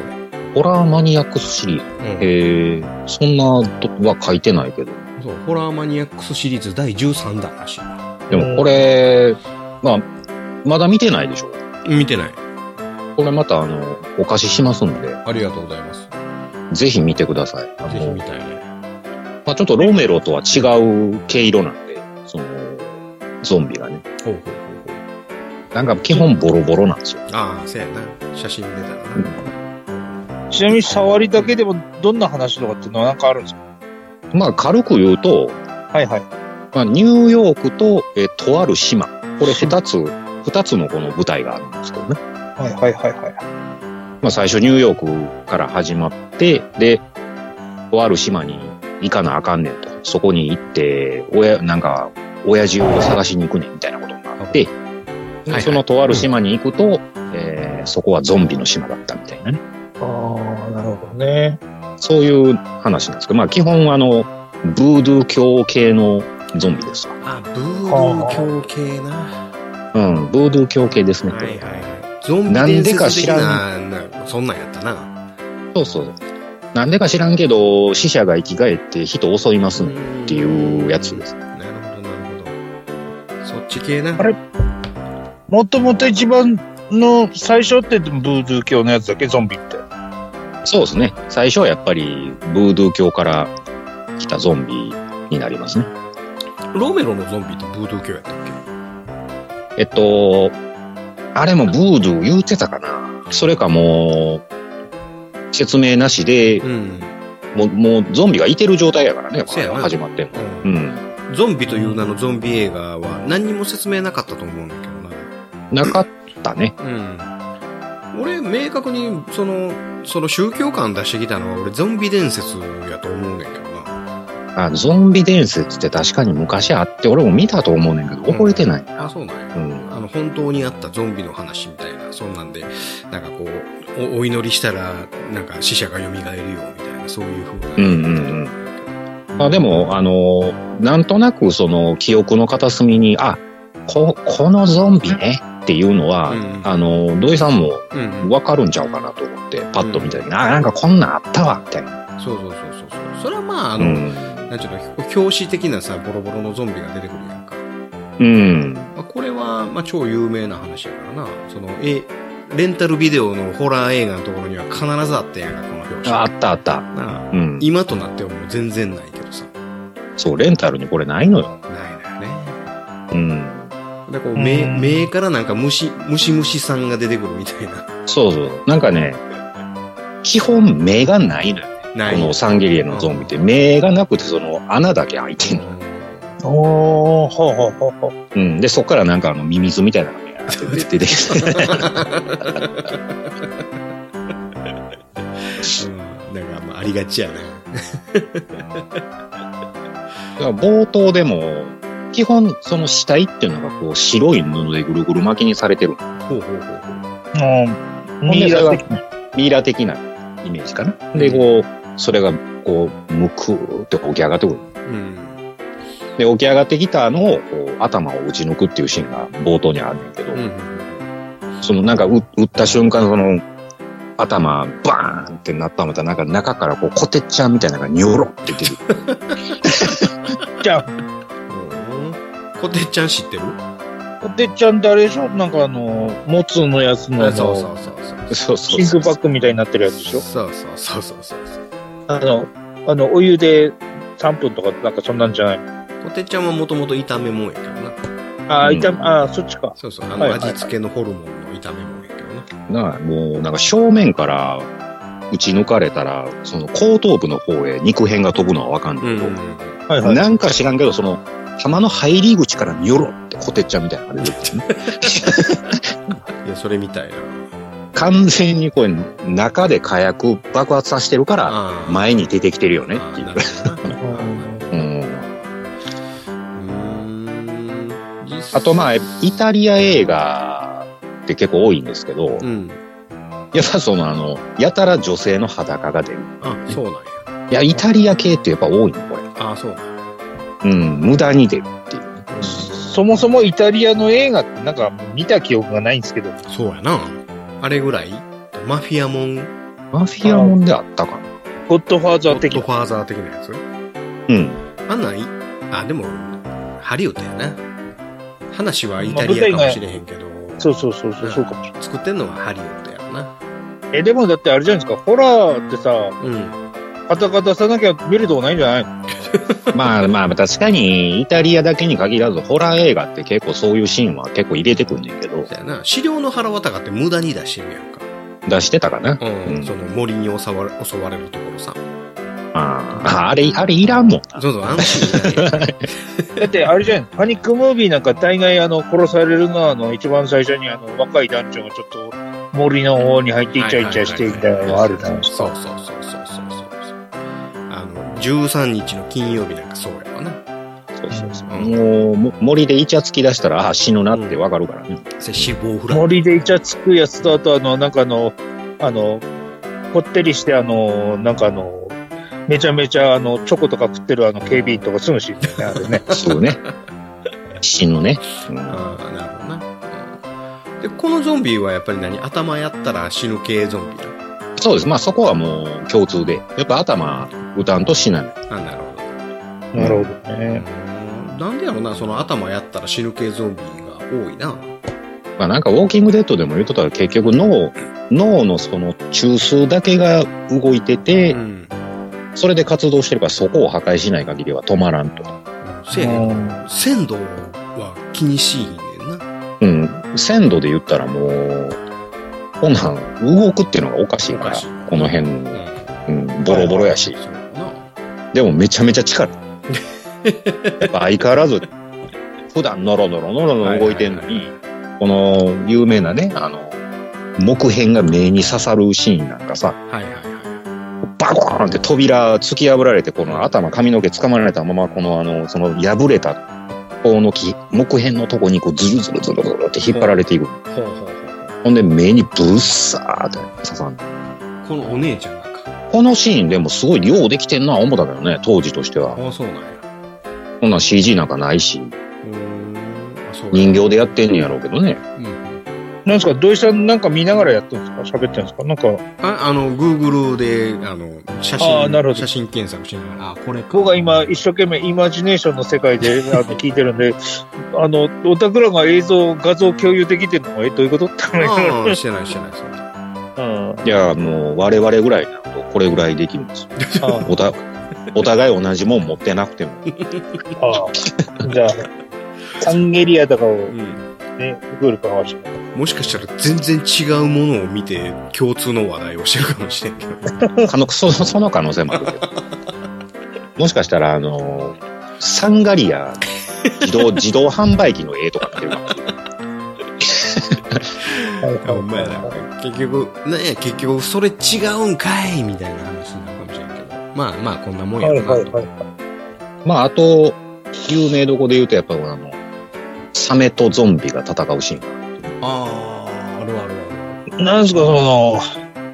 ホラーマニアックスシリーズ。れ。うん。へえ、そんなとは書いてないけど。そう、ホラーマニアックスシリーズ第13弾らしいわ。でもこれ、まあ、まだ見てないでしょ。見てない。これまたあの、お貸ししますんで、ありがとうございます。ぜひ見てください。あぜひの見、たいね。まあ、ちょっとロメロとは違う毛色なんで、その、ゾンビがね。ほうほうほうほう。なんか基本ボロボロなんですよ。ああ、せやな。写真出たらな。ちなみに触りだけでもどんな話とかっていうのはなんかあるんですかまあ軽く言うと、はいはい。まあ、ニューヨークと、えーとある島。これ二つ、二つのこの舞台があるんですけどね。はいはいはいはい。まあ最初ニューヨークから始まって、で、とある島に行かなあかんねんと。そこに行って、親、なんか、親父を探しに行くねんみたいなことになって、いはいそのとある島に行くと、えーそこはゾンビの島だったみたいなね。ああ、なるほどね。そういう話なんですけど、まあ基本あの、ブードゥー教系のゾンビですわあ、ブードゥー教系な。はうん、ブードゥー教系ですいね。はこれいはい。ゾンビなん伝でか説知的らな、なそんなんやったな。そうそう。なんでか知らんけど、死者が生き返って人を襲いますっっていうやつです。なるほど、なるほど。そっち系な。あれもともと一番の最初ってブードゥー教のやつだけゾンビって。そうですね。最初はやっぱり、ブードゥー教から来たゾンビになりますね。ロメロのゾンビってブードゥー教やったっえっと、あれもブードゥー言うてたかな。それかもう、説明なしでけ、うん。もう、もうゾンビがいてる状態やからね、そうやな始まっても。ううんん。ゾンビという名のゾンビ映画は何にも説明なかったと思うんだけどなかったね。な。うん。俺、明確に、その、その宗教感出してきたのは俺ゾンビ伝説やと思うねんけどな。あゾンビ伝説って確かに昔あって、俺も見たと思うねんけど、覚えてない。あ、そうなんや。うん。あの、本当にあったゾンビの話みたいな、そんなんで、なんかこう、おお祈りしたら、なんか死者が蘇るよ、みたいな、そういう風な。うんうんうん。あでも、あの、なんとなくその記憶の片隅に、あ、こ、このゾンビねっていうのは、うんあの、土井さんもうんうん。わかるんちゃうかなと思って、パッと見た時に、あ、なんかこんなんあったわ、みたいな。そうそうそうそうそう。それはまあ、あうの、ん。なんちゅうの、表紙的なさ、ボロボロのゾンビが出てくるやんか。うん。まあ、これは、まあ、超有名な話やからな。その、え、レンタルビデオのホラー映画のところには必ずあったやんか、この表紙。ああったあった。なあうん。今となってはもう全然ないけどさ。そう、レンタルにこれないのよ。ないのよね。うん。で、こう、目、うん目からなんか虫、虫虫さんが出てくるみたいな。そうそう。なんかね、基本目がないのよ。なこい。のサンゲリエのゾンビって、目がなくてその穴だけ開いてんの。おー、ほうほうほうほうう。ん。で、そっからなんかあの、ミミズみたいなのがね出て出てきて。 (laughs) うん。なんか、まあ、ありがちやな。だから冒頭でも、基本、その死体っていうのがこう白い布でぐるぐる巻きにされてる。ほうほうほうほう。うん。ミイラが。がミイラ的なイメージかな。で、こう、それがこう、むくーって起き上がってくる。うん。で、起き上がってきたのを、こう頭を打ち抜くっていうシーンが冒頭にあるんだけどう、んうんそのなんかう打った瞬間、その、頭、バーンってなったのと、なんか中からこう、コテッチャーみたいなのがニョロって出る。じゃあ、うん。うん。こてっちゃん知ってるおてっちゃんってあれでしょなんかあの、モツのやつの、あのそうそうそうそう。そうそシうンそクうバッグみたいになってるやつでしょそうそうそうそうそうそう。あの、あの、お湯で3分とか、なんかそんなんじゃないこてっちゃんはもともと炒めもんやけどな。ああ、うんいた、ああ、そっちか。そうそう。あはいのはいはい味付けのホルモンの炒めもんやけどな。なあもうなんか正面から打ち抜かれたら、その後頭部の方へ肉片が飛ぶのはわかんないけど、ん。はいはい。なんか知らんけど、その玉の入り口からニョロってコテッチャみたいなのが出てき (laughs) てねいや、それみたいな。完全にこれ中で火薬爆発させてるからあー前に出てきてるよねあってーいうなるほどなうんうーんあとまあ、イタリア映画って結構多いんですけど、うん。やっぱそのあの、やたら女性の裸が出る。あ、そうなんや。いや、イタリア系ってやっぱ多いの、こあー、そうなんやれ。うん、無駄に出るっていう。そもそもイタリアの映画ってなんか見た記憶がないんですけど、そうやな。あれぐらいマフィアモン、マフィアもんであったかな。ゴッドファーザゴーッ的ドなファーザー的なやつうん。あんなんい、あ、でも、ハリウッドやな。話はイタリアかもしれへんけど、そうそうそうそう、そうかもしれない。作ってんのはハリウッドやろな。え、でもだってあれじゃないですか、ホラーってさ、うん。カタカタさなきゃ見るとこないんじゃないのまあまあ、確かに、イタリアだけに限らず、ホラー映画って結構そういうシーンは結構入れてくんねんけどそ、うやな。資料の腹渡がって無駄に出してるやんか。出してたかな。うん。うんその森に襲われ襲われるところさ。ああ、あれ、あれいらんもんな。そうそう、安心じゃねだってあれじゃないパニックムービーなんか大概あの、殺されるのはあの、一番最初にあの、若い団長がちょっと森の方に入って (laughs) イチャイチャしてみたいなのがあるじゃないですそうか。そうそうそうそうそうそう。あの、13日の金曜日なんかそうやわな。そうそうそう。うんもう、も森でイチャつき出したら、ああ、死ぬなってわかるからね。それ死亡フラグ。森でイチャつくやつと、あとあの、なんかあの、あの、こってりしてあの、なんかあの、めちゃめちゃあの、チョコとか食ってるあの、警備員とかすぐ死ぬよね、あれね。すぐね。死ぬね。うんああ、なるほどな。うんで、このゾンビはやっぱり何頭やったら死ぬ系ゾンビや。そうです。まあそこはもう共通で。やっぱ頭打たんと死なない。あ、なるほど。なるほどね。なんでやろな、その頭やったら死ぬ系ゾンビが多いな。まあなんかウォーキングデッドでも言うとったら結局脳、脳のその中枢だけが動いてて、ん。それで活動してるからそこを破壊しない限りは止まらんと。せやねん鮮度は気にしいねんな。うん。鮮度で言ったらもう、こんなん動くっていうのがおかしいかおらかしい、この辺、うん。うん、ボロボロやし。そうやな。でもめちゃめちゃ (laughs) 力。やっぱ相変わらず、普段ノロノロノロノロ動いてんのに、この有名なね、あの、木片が目に刺さるシーンなんかさ、はいはいはバコーンって扉突き破られて、この頭髪の毛掴まれたまま、このあの、その破れた方の木、木片のとこにこうズルズルズルズルって引っ張られていく。い。ほうほうほう。ほんで目にブッサーって刺さんのこのお姉ちゃんがか。このシーンでもすごいようできてんな、思ったけどね、当時としては。ああ、そうなんや。こんなん CG なんかないし。うーん。あ、そう人形でやってんねやろうけどね。うん。なんですか、土井さんなんか見ながらやってるんですか喋ってるんですかなんか、あ、あの、Google で、あの、写真、あーなるほど写真検索しながら、あ、これか。僕は今一生懸命イマジネーションの世界であの聞いてるんで、あの、オタクらが映像、画像共有できてるのは、え、どういうことって思いながらああ、してないしてない。そううんいや、もう我々ぐらいだとこれぐらいできるんですよ。あおた、お互い同じもん持ってなくても。ああじゃあ、サンゲリアとかをうん。ね、グールからしてもしかしたら全然違うものを見て、共通の話題をしてるかもしれんけど。可能そその可能性もあるけど。もしかしたら、あのーサンガリア、(laughs) 自動、自動販売機の絵とか見てるかもしれないいやほんまやな。結局、ね結局、それ違うんかいみたいな話になるかもしれんけど。まあまあ、こんなもんやはろいはないと。はい。まあ、あと、有名どこで言うと、やっぱあの、サメとゾンビが戦うシーンがああ、あるあるなんですか、その、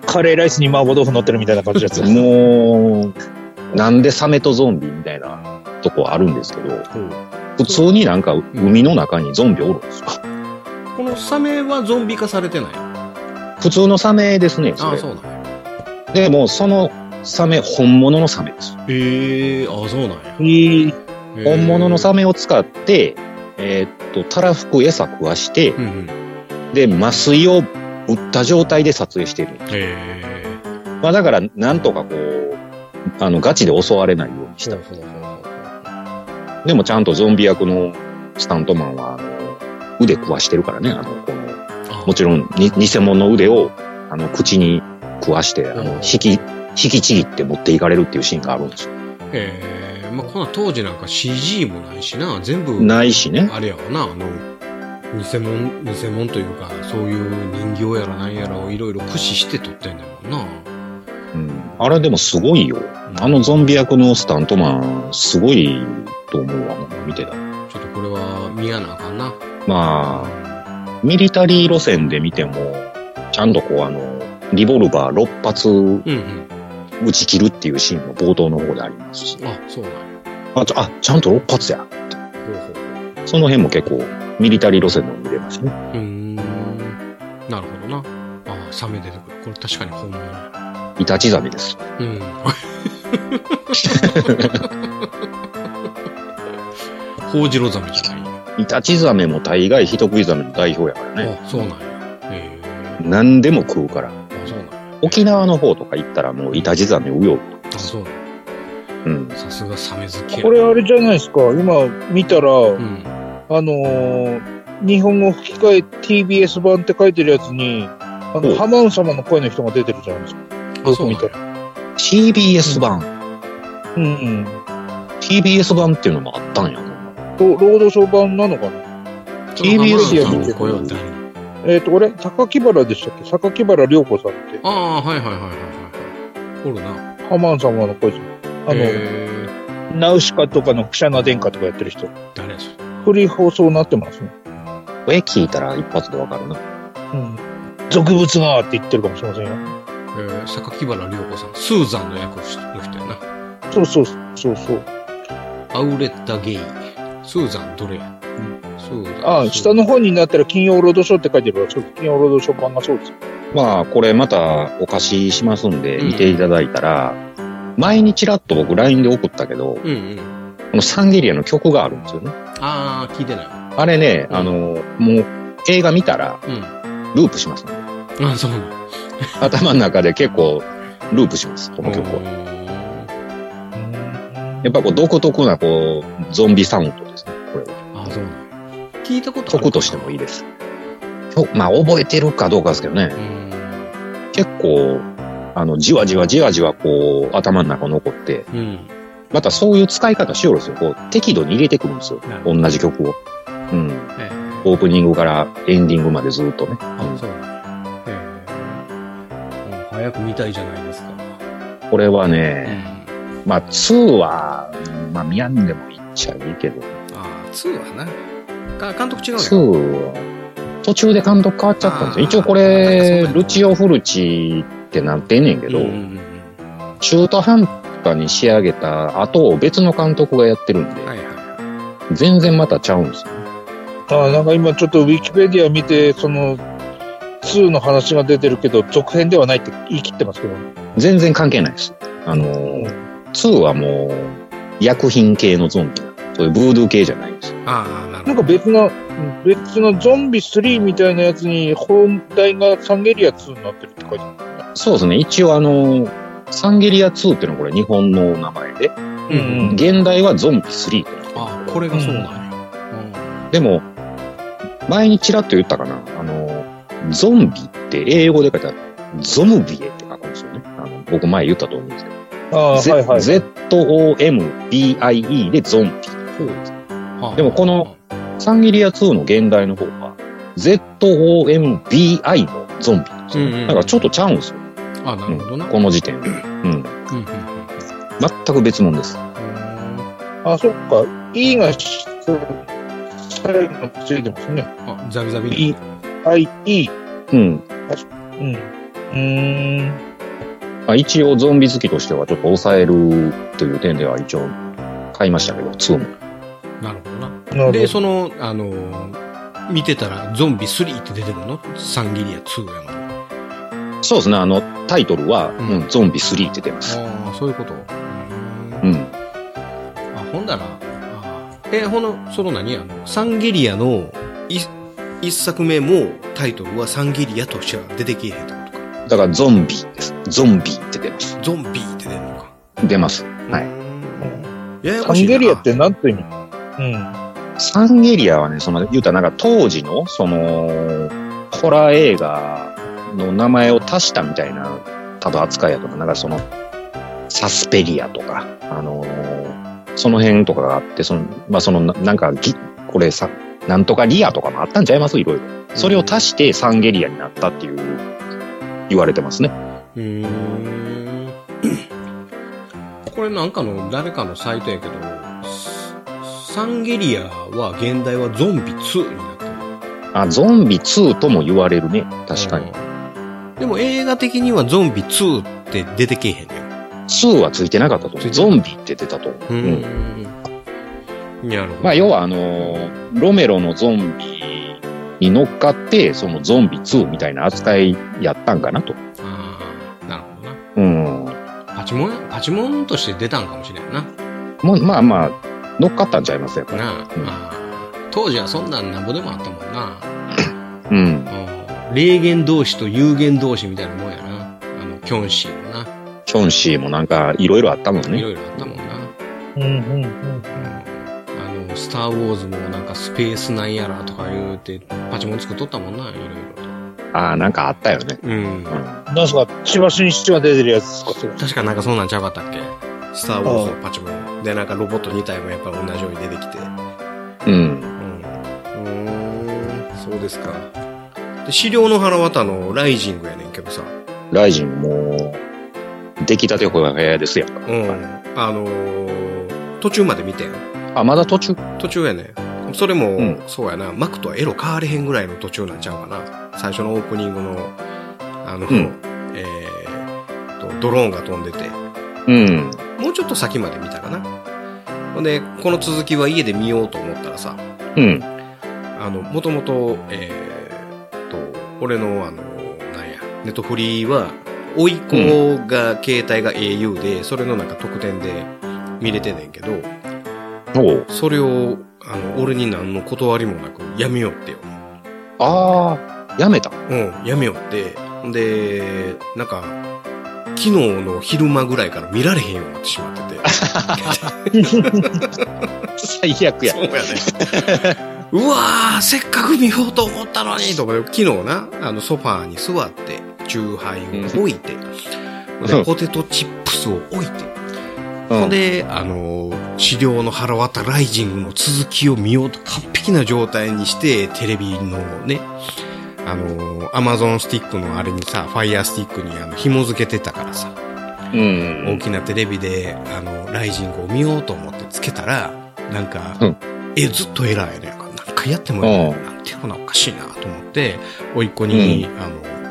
カレーライスに麻婆豆腐乗ってるみたいな感じのやつある。。もう、なんでサメとゾンビみたいなとこあるんですけど、ある。普通になんか海の中にゾンビおるんですよ。このサメはゾンビ化されてない。あ普通のサメですね、そあ、れ。そうなんや。で、もうそのサメ、本物のサメです。ええああ、そうなんや。本物のサメ。メを使って、えーっと、たらふく餌食わしてう、んうん。で、麻酔を打った状態で撮影してる。ええまあだから、なんとかこう、あの、ガチで襲われないようにした。ほうほうほうほでもちゃんとゾンビ役のスタントマンは、あの、腕食わしてるからね、あの、この、うもちろんに、偽物の腕を、あの、口に食わして、あの、引き、引きちぎって持っていかれるっていうシーンがあるんですよええまあ、この当時なんか CG もないしな、全部、ないしね。あれやわな、あの、偽物、偽物というか、そういう人形やらなんやらをいろいろ駆使して撮ってんだもんな。うんあれでもすごいよ。あのゾンビ役のスタントマン、すごいと思うわ、見てた。ちょっとこれは見やなあかんな。まあ、ミリタリー路線で見ても、ちゃんとこうあの、リボルバー6発うんうん。撃ち切るっていうシーンも冒頭の方でありますし、あ、そうなんや。あ、ちょあちゃんと6発や。ほうほうほう。その辺も結構、ミリタリー路線でも見れますね。うーん。なるほどな。ああ、サメ出てくる。これ確かに本物や。イタチザメです。うん。ホウジロザメじゃないんや。イタチザメも大概人食いザメの代表やからね。あ、そうなんや。ええ何でも食うから。あ、そうなんや。沖縄の方とか行ったらもうイタチザメうよ。あ、そうなんや。うん。さすがサメ好きやな。これあれじゃないですか。今見たら、うん。あのー日本語吹き替え TBS 版って書いてるやつに、あおの、うハマウン様の声の人が出てるじゃないですか。あ、そう見なんたや。ら。 CBS 版。うんうん。 TBS 版っていうのもあったんや。と、労働省版なのかな TBS ややももんん声は誰えっ、と、これ、高木原でしたっけ榊原涼子さんって、ああ、はいはいはいはいはい。おるな。ハマウン様の声じゃん。あの、えー、ナウシカとかのクシャナ殿下とかやってる人。誰やそれ。フリー放送になってますね。これ聞いたら一発でわかるな。うん。俗物がって言ってるかもしれませんよ。えー、榊原涼子さん。スーザンの役をしの人やな。そうそうそうそう。アウレッタ・ゲイ。スーザンどれや、スーザン。あスーあ、下の方になったら金曜ロードショーって書いてるから、そう金曜ロードショー版がそうです。まあ、これまたお貸ししますんで、うん見ていただいたら、前にちらっと僕 LINE で送ったけど、うんうん。このサンゲリアの曲があるんですよね。ああ、聞いてないわ。あれね、うんあの、もう映画見たらうん。ループします、ね。あそうなんだ。頭の中で結構ループします、この曲は。は。やっぱこう独特なこう、ゾンビサウンドですね、これは。あそうなんや聞いたことある曲としてもいいです。曲まあ、覚えてるかどうかですけどねう、ん。結構、あの、じわじわじわじわこう、頭の中残って、うん。またそういう使い方しよるんですよ。こう、適度に入れてくるんですよなる。ほ同じ曲を。うん。えー、オープニングからエンディングまでずっとね。あ、そうなんやえーもう早く見たいじゃないですか。これはうね、ん。まあ、2は、うんまあ、見やんでもいいっちゃいいけど、ああ、2はな。か監督違う2ね。は、途中で監督変わっちゃったんであすよ。ー一応こなんかそうれ、なんだルチオ・フルチってなってんねんけど、うんうんう中途半端に仕上げた後を別の監督がやってるんで、んはいは全然またちゃうんですよ。ああ、なんか今ちょっとウィキペディア見て、その、2の話が出てるけど、続編ではないって言い切ってますけど、全然関係ないです。あのー、2はもう、薬品系のゾンビ。そういうブードゥー系じゃないんですよ。い。ああ、なるほなんかど。別の、うん別のゾンビ3みたいなやつに、本題がサンゲリア2になってるって書いてある。そうですね。一応あのー、サンゲリア2っていうのはこれ日本の名前で、うんうん。現代はゾンビ3ってなってるああ、これがそうなんや。でも、前にちらっと言ったかな。あのー、ゾンビって英語で書いてある。ゾムビエって書くんですよね。あの、僕前言ったと思うんですけど。ああ、はいはい。 Z- Z-O-M-B-I-E でゾンビ。ほう。でもこの、サンギリア2の現代の方は、ZOMBI のゾンビなんですようんうんうんだからちょっとちゃうんですよ。ああ、なるほどな。この時点で。うん。うんうんうん全く別物です。あ、そっか。E がし、最後についてますね。あ、ザビザビに。 E、I、E。うん。うん。うーん。まあ、一応ゾンビ好きとしてはちょっと抑えるという点では一応買いましたけど、2も。なるほどな。なるで、ほその、あのー、見てたら、ゾンビ3って出てくるのサンギリア2やもん。あそうですね。あの、タイトルは、うんうんゾンビ3って出ます。あ、そういうこと。ううんん。あ、ほんだら、ああえ、ほの、その何あの、サンギリアの、い一作目もタイトルはサンギリアとしては出てけえへんってことか。だからゾンビです。ゾンビって出ます。ゾンビって出るのか。出ます。はい。いややど。サこンしいなゲリアってなんて意味うん。サンゲリアはね、その、言うたらなんか当時の、その、ホラー映画の名前を足したみたいな、多分扱いやとか、なんかその、サスペリアとか、あのーその辺とかがあって、その、まあ、そのな、なんか、ぎ、これさ、なんとかリアとかもあったんちゃいますいろいろ。それを足してサンゲリアになったっていう、言われてますね。うーん。これなんかの、誰かのサイトやけど、サンゲリアは、現代はゾンビ2になってる。あ、ゾンビ2とも言われるね。確かに。うん。でも映画的にはゾンビ2って出てけえへんねん。 2はついてなかったとついて思なう。かっゾたンビって出たと思う。うんうん。なるほど。まあ、要はあのーロメロのゾンビに乗っかって、そのゾンビ2みたいな扱いやったんかなと。あーなるほどな。うん。パチモン、パチモンとして出たんかもしれんな。もうまあまあ、乗っかったんちゃいますやっぱり。なあ、うんあー当時はそんなんなんぼでもあったもんな。うん。うん霊言同士と有言同士みたいなもんやな。あの、キョンシーもな。キョンシーもなんか、いろいろあったもんいね。ろいろあったもんな。うんうんうん。あの、スター・ウォーズもなんかスペースなんやらとか言うて、パチモン作っとったもんな、いろいろと。ああ、なんかあったよね。うんうん。なんすか、千葉真一が出てるやつですか、それ。確かなんかそんなんちゃうかったっけスター・ウォーズのパチモン。で、なんかロボット2体もやっぱり同じように出てきて。うん。うん。うん、そうですか。で、資料の腹渡のライジングやねんけどさ。ライジンもう、出来たてほやほやですやんか。うん。あのー途中まで見てん。あ、まだ途中途中やねそれも、うんそうやなマクとはエロ変われへんぐらいの途中なんちゃうかな最初のオープニングのあの、うんえーっとドローンが飛んでてうん。もうちょっと先まで見たかなほんでこの続きは家で見ようと思ったらさうん。あのもともとえーっと俺のあのなんやネットフリーは甥いっ子が、携帯が au でそれのなんか特典で見れてんねんけど、おうそれを、あの、俺に何の断りもなく、やめようってよ。ああ、や (laughs) めた。うん、やめようって。で、なんか、昨日の昼間ぐらいから見られへんようになってしまってて。最悪やそ。うやね。うわー、せっかく見ようと思ったのにとかで、昨日な、あの、ソファーに座って、チューハイを置いて、うでんポテトチップスを置いて、うほんん。で、あの、治療の腹渡ライジングの続きを見ようと完璧な状態にして、テレビのね、あの、アマゾンスティックのあれにさ、ファイヤースティックにあの紐付けてたからさ、うん。大きなテレビで、あの、ライジングを見ようと思ってつけたら、なんか、うんえ、ずっとエラーやねんか。なんかやってもええうなんていうのおかしいなと思って、甥いっ子に、あ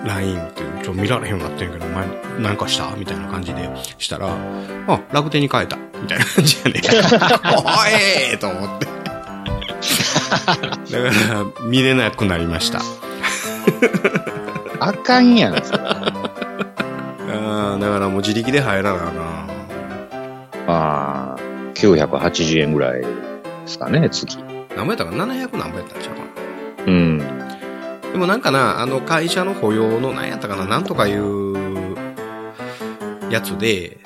の、LINE って、ちょ、見られへんようになってんけど、お前、なんかしたみたいな感じでしたら、あ、楽天に変えた。みたいな感じやねん。おいと思って。だから、見れなくなりました。あかんやん。あーだからもう自力で入らなあかまあ、980円ぐらいですかね、月。ん。何倍やったかな ?700 何倍やったんちゃうかなうん。でもなんかな、あの会社の雇用の何やったかな、なんとかいうやつで、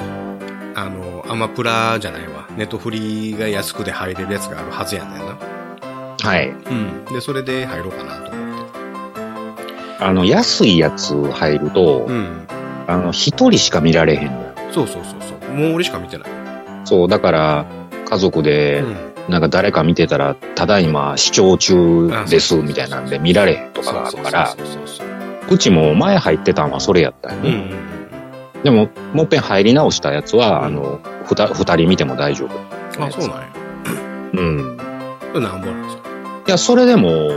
あの、アマプラじゃないわ。ネットフリーが安くで入れるやつがあるはずやねんな。はい。うん。で、それで入ろうかなと思って。あの、安いやつ入ると、うん。あの、一人しか見られへんのよそうそうそうそう。もう俺しか見てない。そう、だから、家族で、うん。なんか誰か見てたら、ただいま視聴中です、あそうみたいなんで見られへんとかがあるから、そうそうそうそう。うちも前入ってたんはそれやったようんうね。んうん。でも、もっぺん入り直したやつは、うんあの、ふた、二人見ても大丈夫。あ、そうなんや。うん。これなんぼなんですかいや、それでも、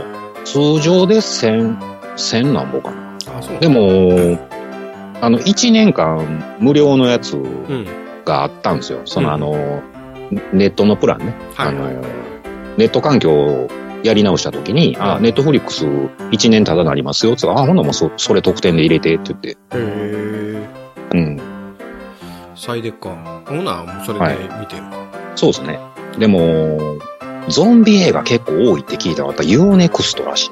通常で千、千なんぼかな。あ、そうなんでや、も、あの、一年間無料のやつうん。があったんですよ。そうんの、あの、ネットのプランね。はあいのはい。、ネット環境をやり直したときに、あ、ネットフリックス1年ただなりますよ、つってあ、ほんならもうそそれ特典で入れてって言って。へえ。うん。最でか。ほな、もうそれで見てるか。そうですね。でも、ゾンビ映画結構多いって聞いたら、やっぱ UNEXT らし。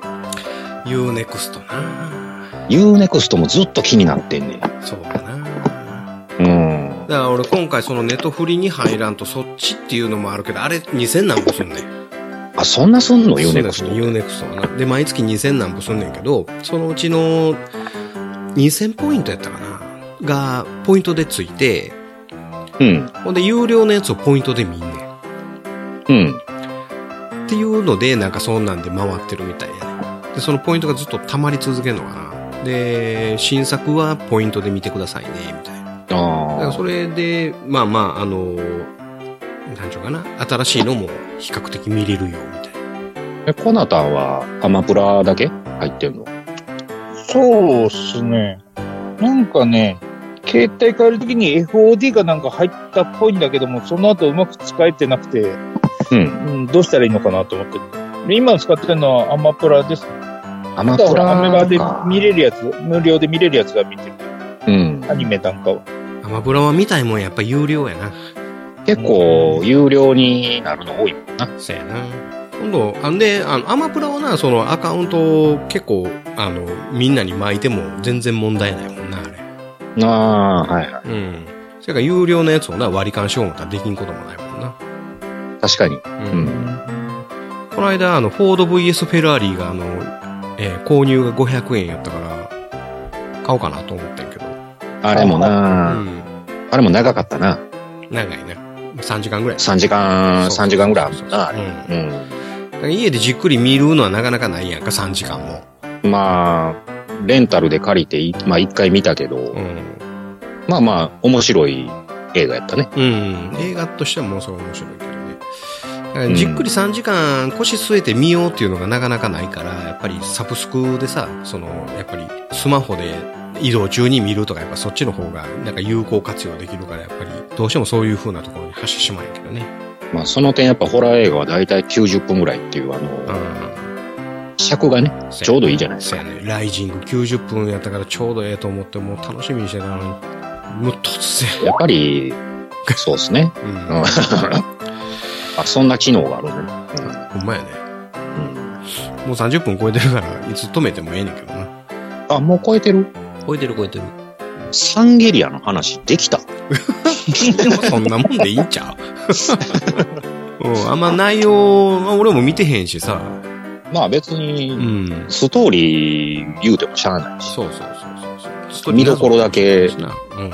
UNEXT ない UNEXT もずっと気になってんねん。そうだな。うん。だから俺今回そのネトフリに入らんとそっちっていうのもあるけど、あれ2000何歩すんねん。あ、そんなすんのそうだ ?UNEXT。よね UNEXT はな。で、毎月2000何歩すんねんけど、そのうちの2000ポイントやったかな。が、ポイントでついて、うん。ほんで有料のやつをポイントで見んねん。うん。っていうので、なんかそんなんで回ってるみたいやね。で、そのポイントがずっと溜まり続けるのかな。で、新作はポイントで見てくださいね、みたいな。だからあそれで、まあまあ、あの、なんちゅうかな、新しいのも比較的見れるよ、みたいな。あ。え、コナタンはアマプラだけ入ってんのそうっすね。なんかね、携帯変えるときに FOD がなんか入ったっぽいんだけども、その後うまく使えてなくて、うん。うん、どうしたらいいのかなと思って。で今使ってるのはアマプラです。アマプただほらラアメラで見る。れるやつ、無料で見れるやつが見てる。うん。アニメなんかは。アマブラは見たいもんやっぱ有料やな。結構、有料になるの多いもんな。そやな。今度、あんで、あの、アマプラはな、そのアカウントを結構、あの、みんなに巻いても全然問題ないもんな、あれ。ああ、はいはうん。それから有料のやつをな、割り勘しようもたらできんこともないもんな。い。確かに。う。うんん。この間、あの、フォード VS フェラーリが、あの、えー購入が500円やったから、買おうかなと思ってんけど。あれもうな、ん。あれも長かったな。長いね。3時間ぐらい。 3時間、そう3時間ぐらいあるもんそうな、そあうれ。うん。うだから家でじっくり見るのはなかなかないやんか、3時間も。ん。まあ、レンタルで借りてい、まあ一回見たけどう、ん。まあまあ、面白い映画やったね。うん。映画としてはものすごい面白いけどね。だからじっくり3時間腰据えて見ようっていうのがなかなかないから、やっぱりサブスクでさ、その、やっぱりスマホで移動中に見るとか、やっぱそっちの方がなんか有効活用できるから、やっぱりどうしてもそういう風なところに走ってしまうんやけどね。まあその点やっぱホラー映画は大体90分ぐらいっていう、あうの、ん。尺がね、ちょうどいいじゃないですそうやか。ね。ライジング90分やったからちょうどええと思って、もう楽しみにしてたのに、もう突然。やっぱり、そうですね。う。うん (laughs) んあ、そんな機能があるね。ほんまやね。うん。うんもう30分超えてるから、いつ止めてもええねんけどな。 (laughs) あ、もう超えてる超えてる超えてる。サンゲリアの話できたでもそんなもんでいいんちゃ (laughs) ううん、あんま内容、まあ、俺も見てへんしさ。まあ別うに、ん。ストーリー言うてもしゃあないし、そうそうそうそうそう。見どころだけな。うん。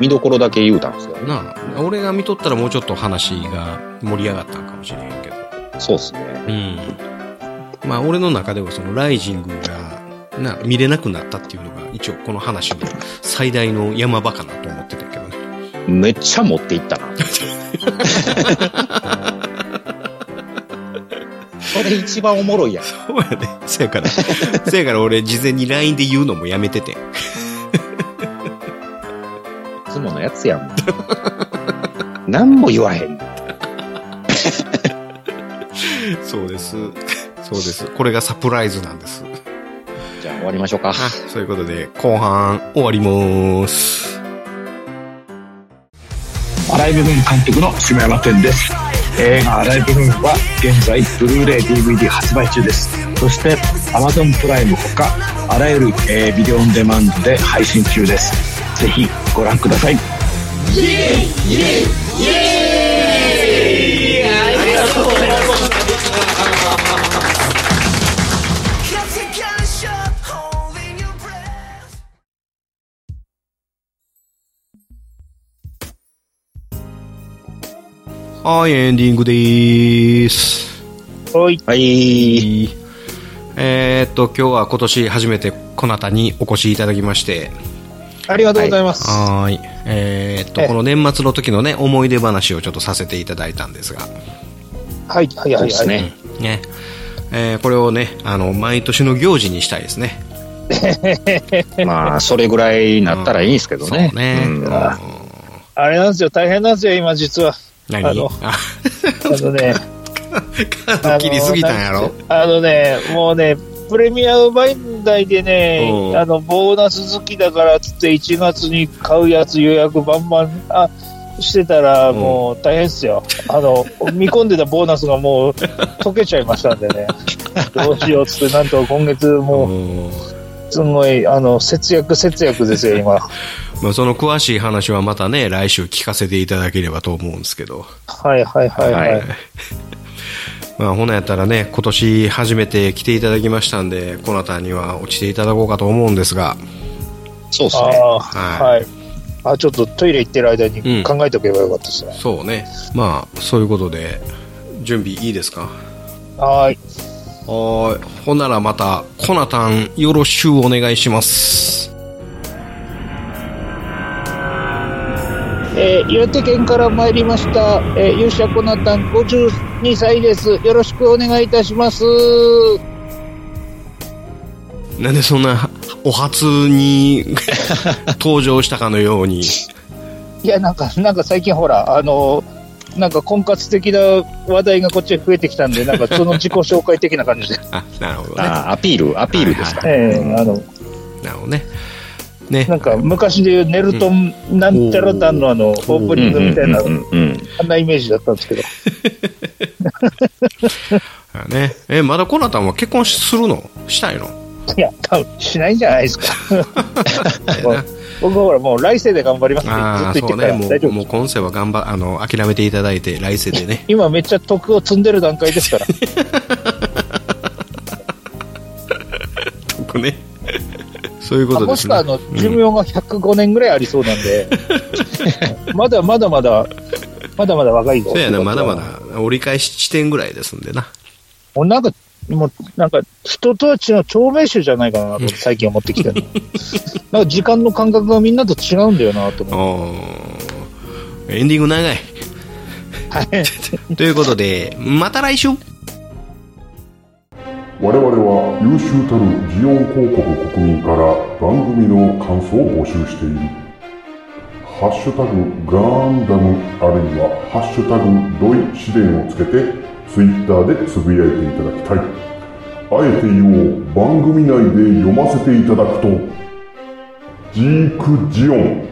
見どころだけ言うたんですよね。なあ、俺が見とったらもうちょっと話が盛り上がったんかもしれへんけど。そうですね。うん。まあ俺の中ではそのライジングが、な、見れなくなったっていうのが一応この話の最大の山場かなと思ってたけどね。めっちゃ持っていった (laughs) な。それ一番おもろいや (laughs) ん。そうやね。せやから、 (laughs) せやから俺事前に LINE で言うのもやめてて。いつものやつや (laughs) ん。何も言わへん。そうです。そうです。これがサプライズなんです。じゃあ終わりましょうか。あ、そういうことで、後半終わります。アライブムーン監督の下山天です映画「アライブムーン」は現在ブルーレイ DVD 発売中ですそして Amazon プライムほかあらゆる、えービデオオンデマンドで配信中ですぜひご覧くださいはい、エンディングでーす。はい。はい。えー、っと、今日は今年初めてこなたにお越しいただきまして、ありがとうございます。はーい。えー、っと、えこの年末の時のね、思い出話をちょっとさせていただいたんですが、はい、はい、そはうい、ですはい。ね。ね。えーこれをね、あの、毎年の行事にしたいですね。 (laughs) まあ、それぐらいになったらいいんですけどそうね。ね。うんうんああれなんですよ、大変なんですよ、今実 (laughs) は。何あのあ、あのね、カード切りすぎたんやろあのね、もうね、プレミアムバインダイでうね、んあの、ボーナス好きだからっつって1月に買うやつ予約バンバン、あ、してたらんもう大変っすよ。あの、見込んでたボーナスが (laughs) もう溶けちゃいましたんでね。どうしようっつって、なんと今月もうんう、すごい、あの、節約節約ですよ、今。まあ、その詳しい話はまたね、来週聞かせていただければと思うんですけど。はいはいはいはい。はいまあ、ほなやったらね、今年初めて来ていただきましたんで、こなたには落ちていただこうかと思うんですが、そうですね。ああ、ははいい。あ、ちょっとトイレ行ってる間うんに考えておけばよかったですね。そうね。まあ、そういうことで、準備いいですかはーい。はーいほんならまたコナタンよろしゅうお願いしますえー岩手県から参りました、えー勇者コナタン52歳です。よろしくお願いいたします。なんでそんなお初 (laughs) に登場したかのようにいや、なんか、なんか最近ほら、あのーなんか婚活的な話題がこっちへ増えてきたんで、なんかその自己紹介的な感じで。あなるほどねあーアピール、アピールですか。 (laughs) ええあの、なるほどねねなんか昔で言うネルトンなんちゃらたんのあの、オープうんニングみたいな、うんうんうんあんなイメージだったんですけど。だねえまだコナタンは結婚するのしたいのいや、多分しないんじゃない (laughs) ですか。もう僕はほら、もう来世で頑張りますあっあてずっそうと言ってねるから、も大丈う夫もう今世は頑張あの諦めていただいて来世で (laughs) ね今めっちゃ徳を積んでる段階で (laughs) すから。特ねそういうこともでしすくねはあの寿命が105年ぐらいありそうなんで、 (laughs) まだまだまだ、まだまだ若いぞ。そうやなまだま。だ折り返し地点ぐらいですんでなもうなんか、もうなんか人たちの長命種じゃないかなと最近思ってき (laughs) てるのなんか時間の感覚がみんなと違うんだよなと思おーエンディング長いって。 (laughs) ということでまた来週 (laughs) 我々は優秀たるジオン広告国民から番組の感想を募集しているハッシュタグガンダムあるいはハッシュタグドイ試練をつけてツイッターでつぶやいていただきたいあえて言おう番組内で読ませていただくとジークジオン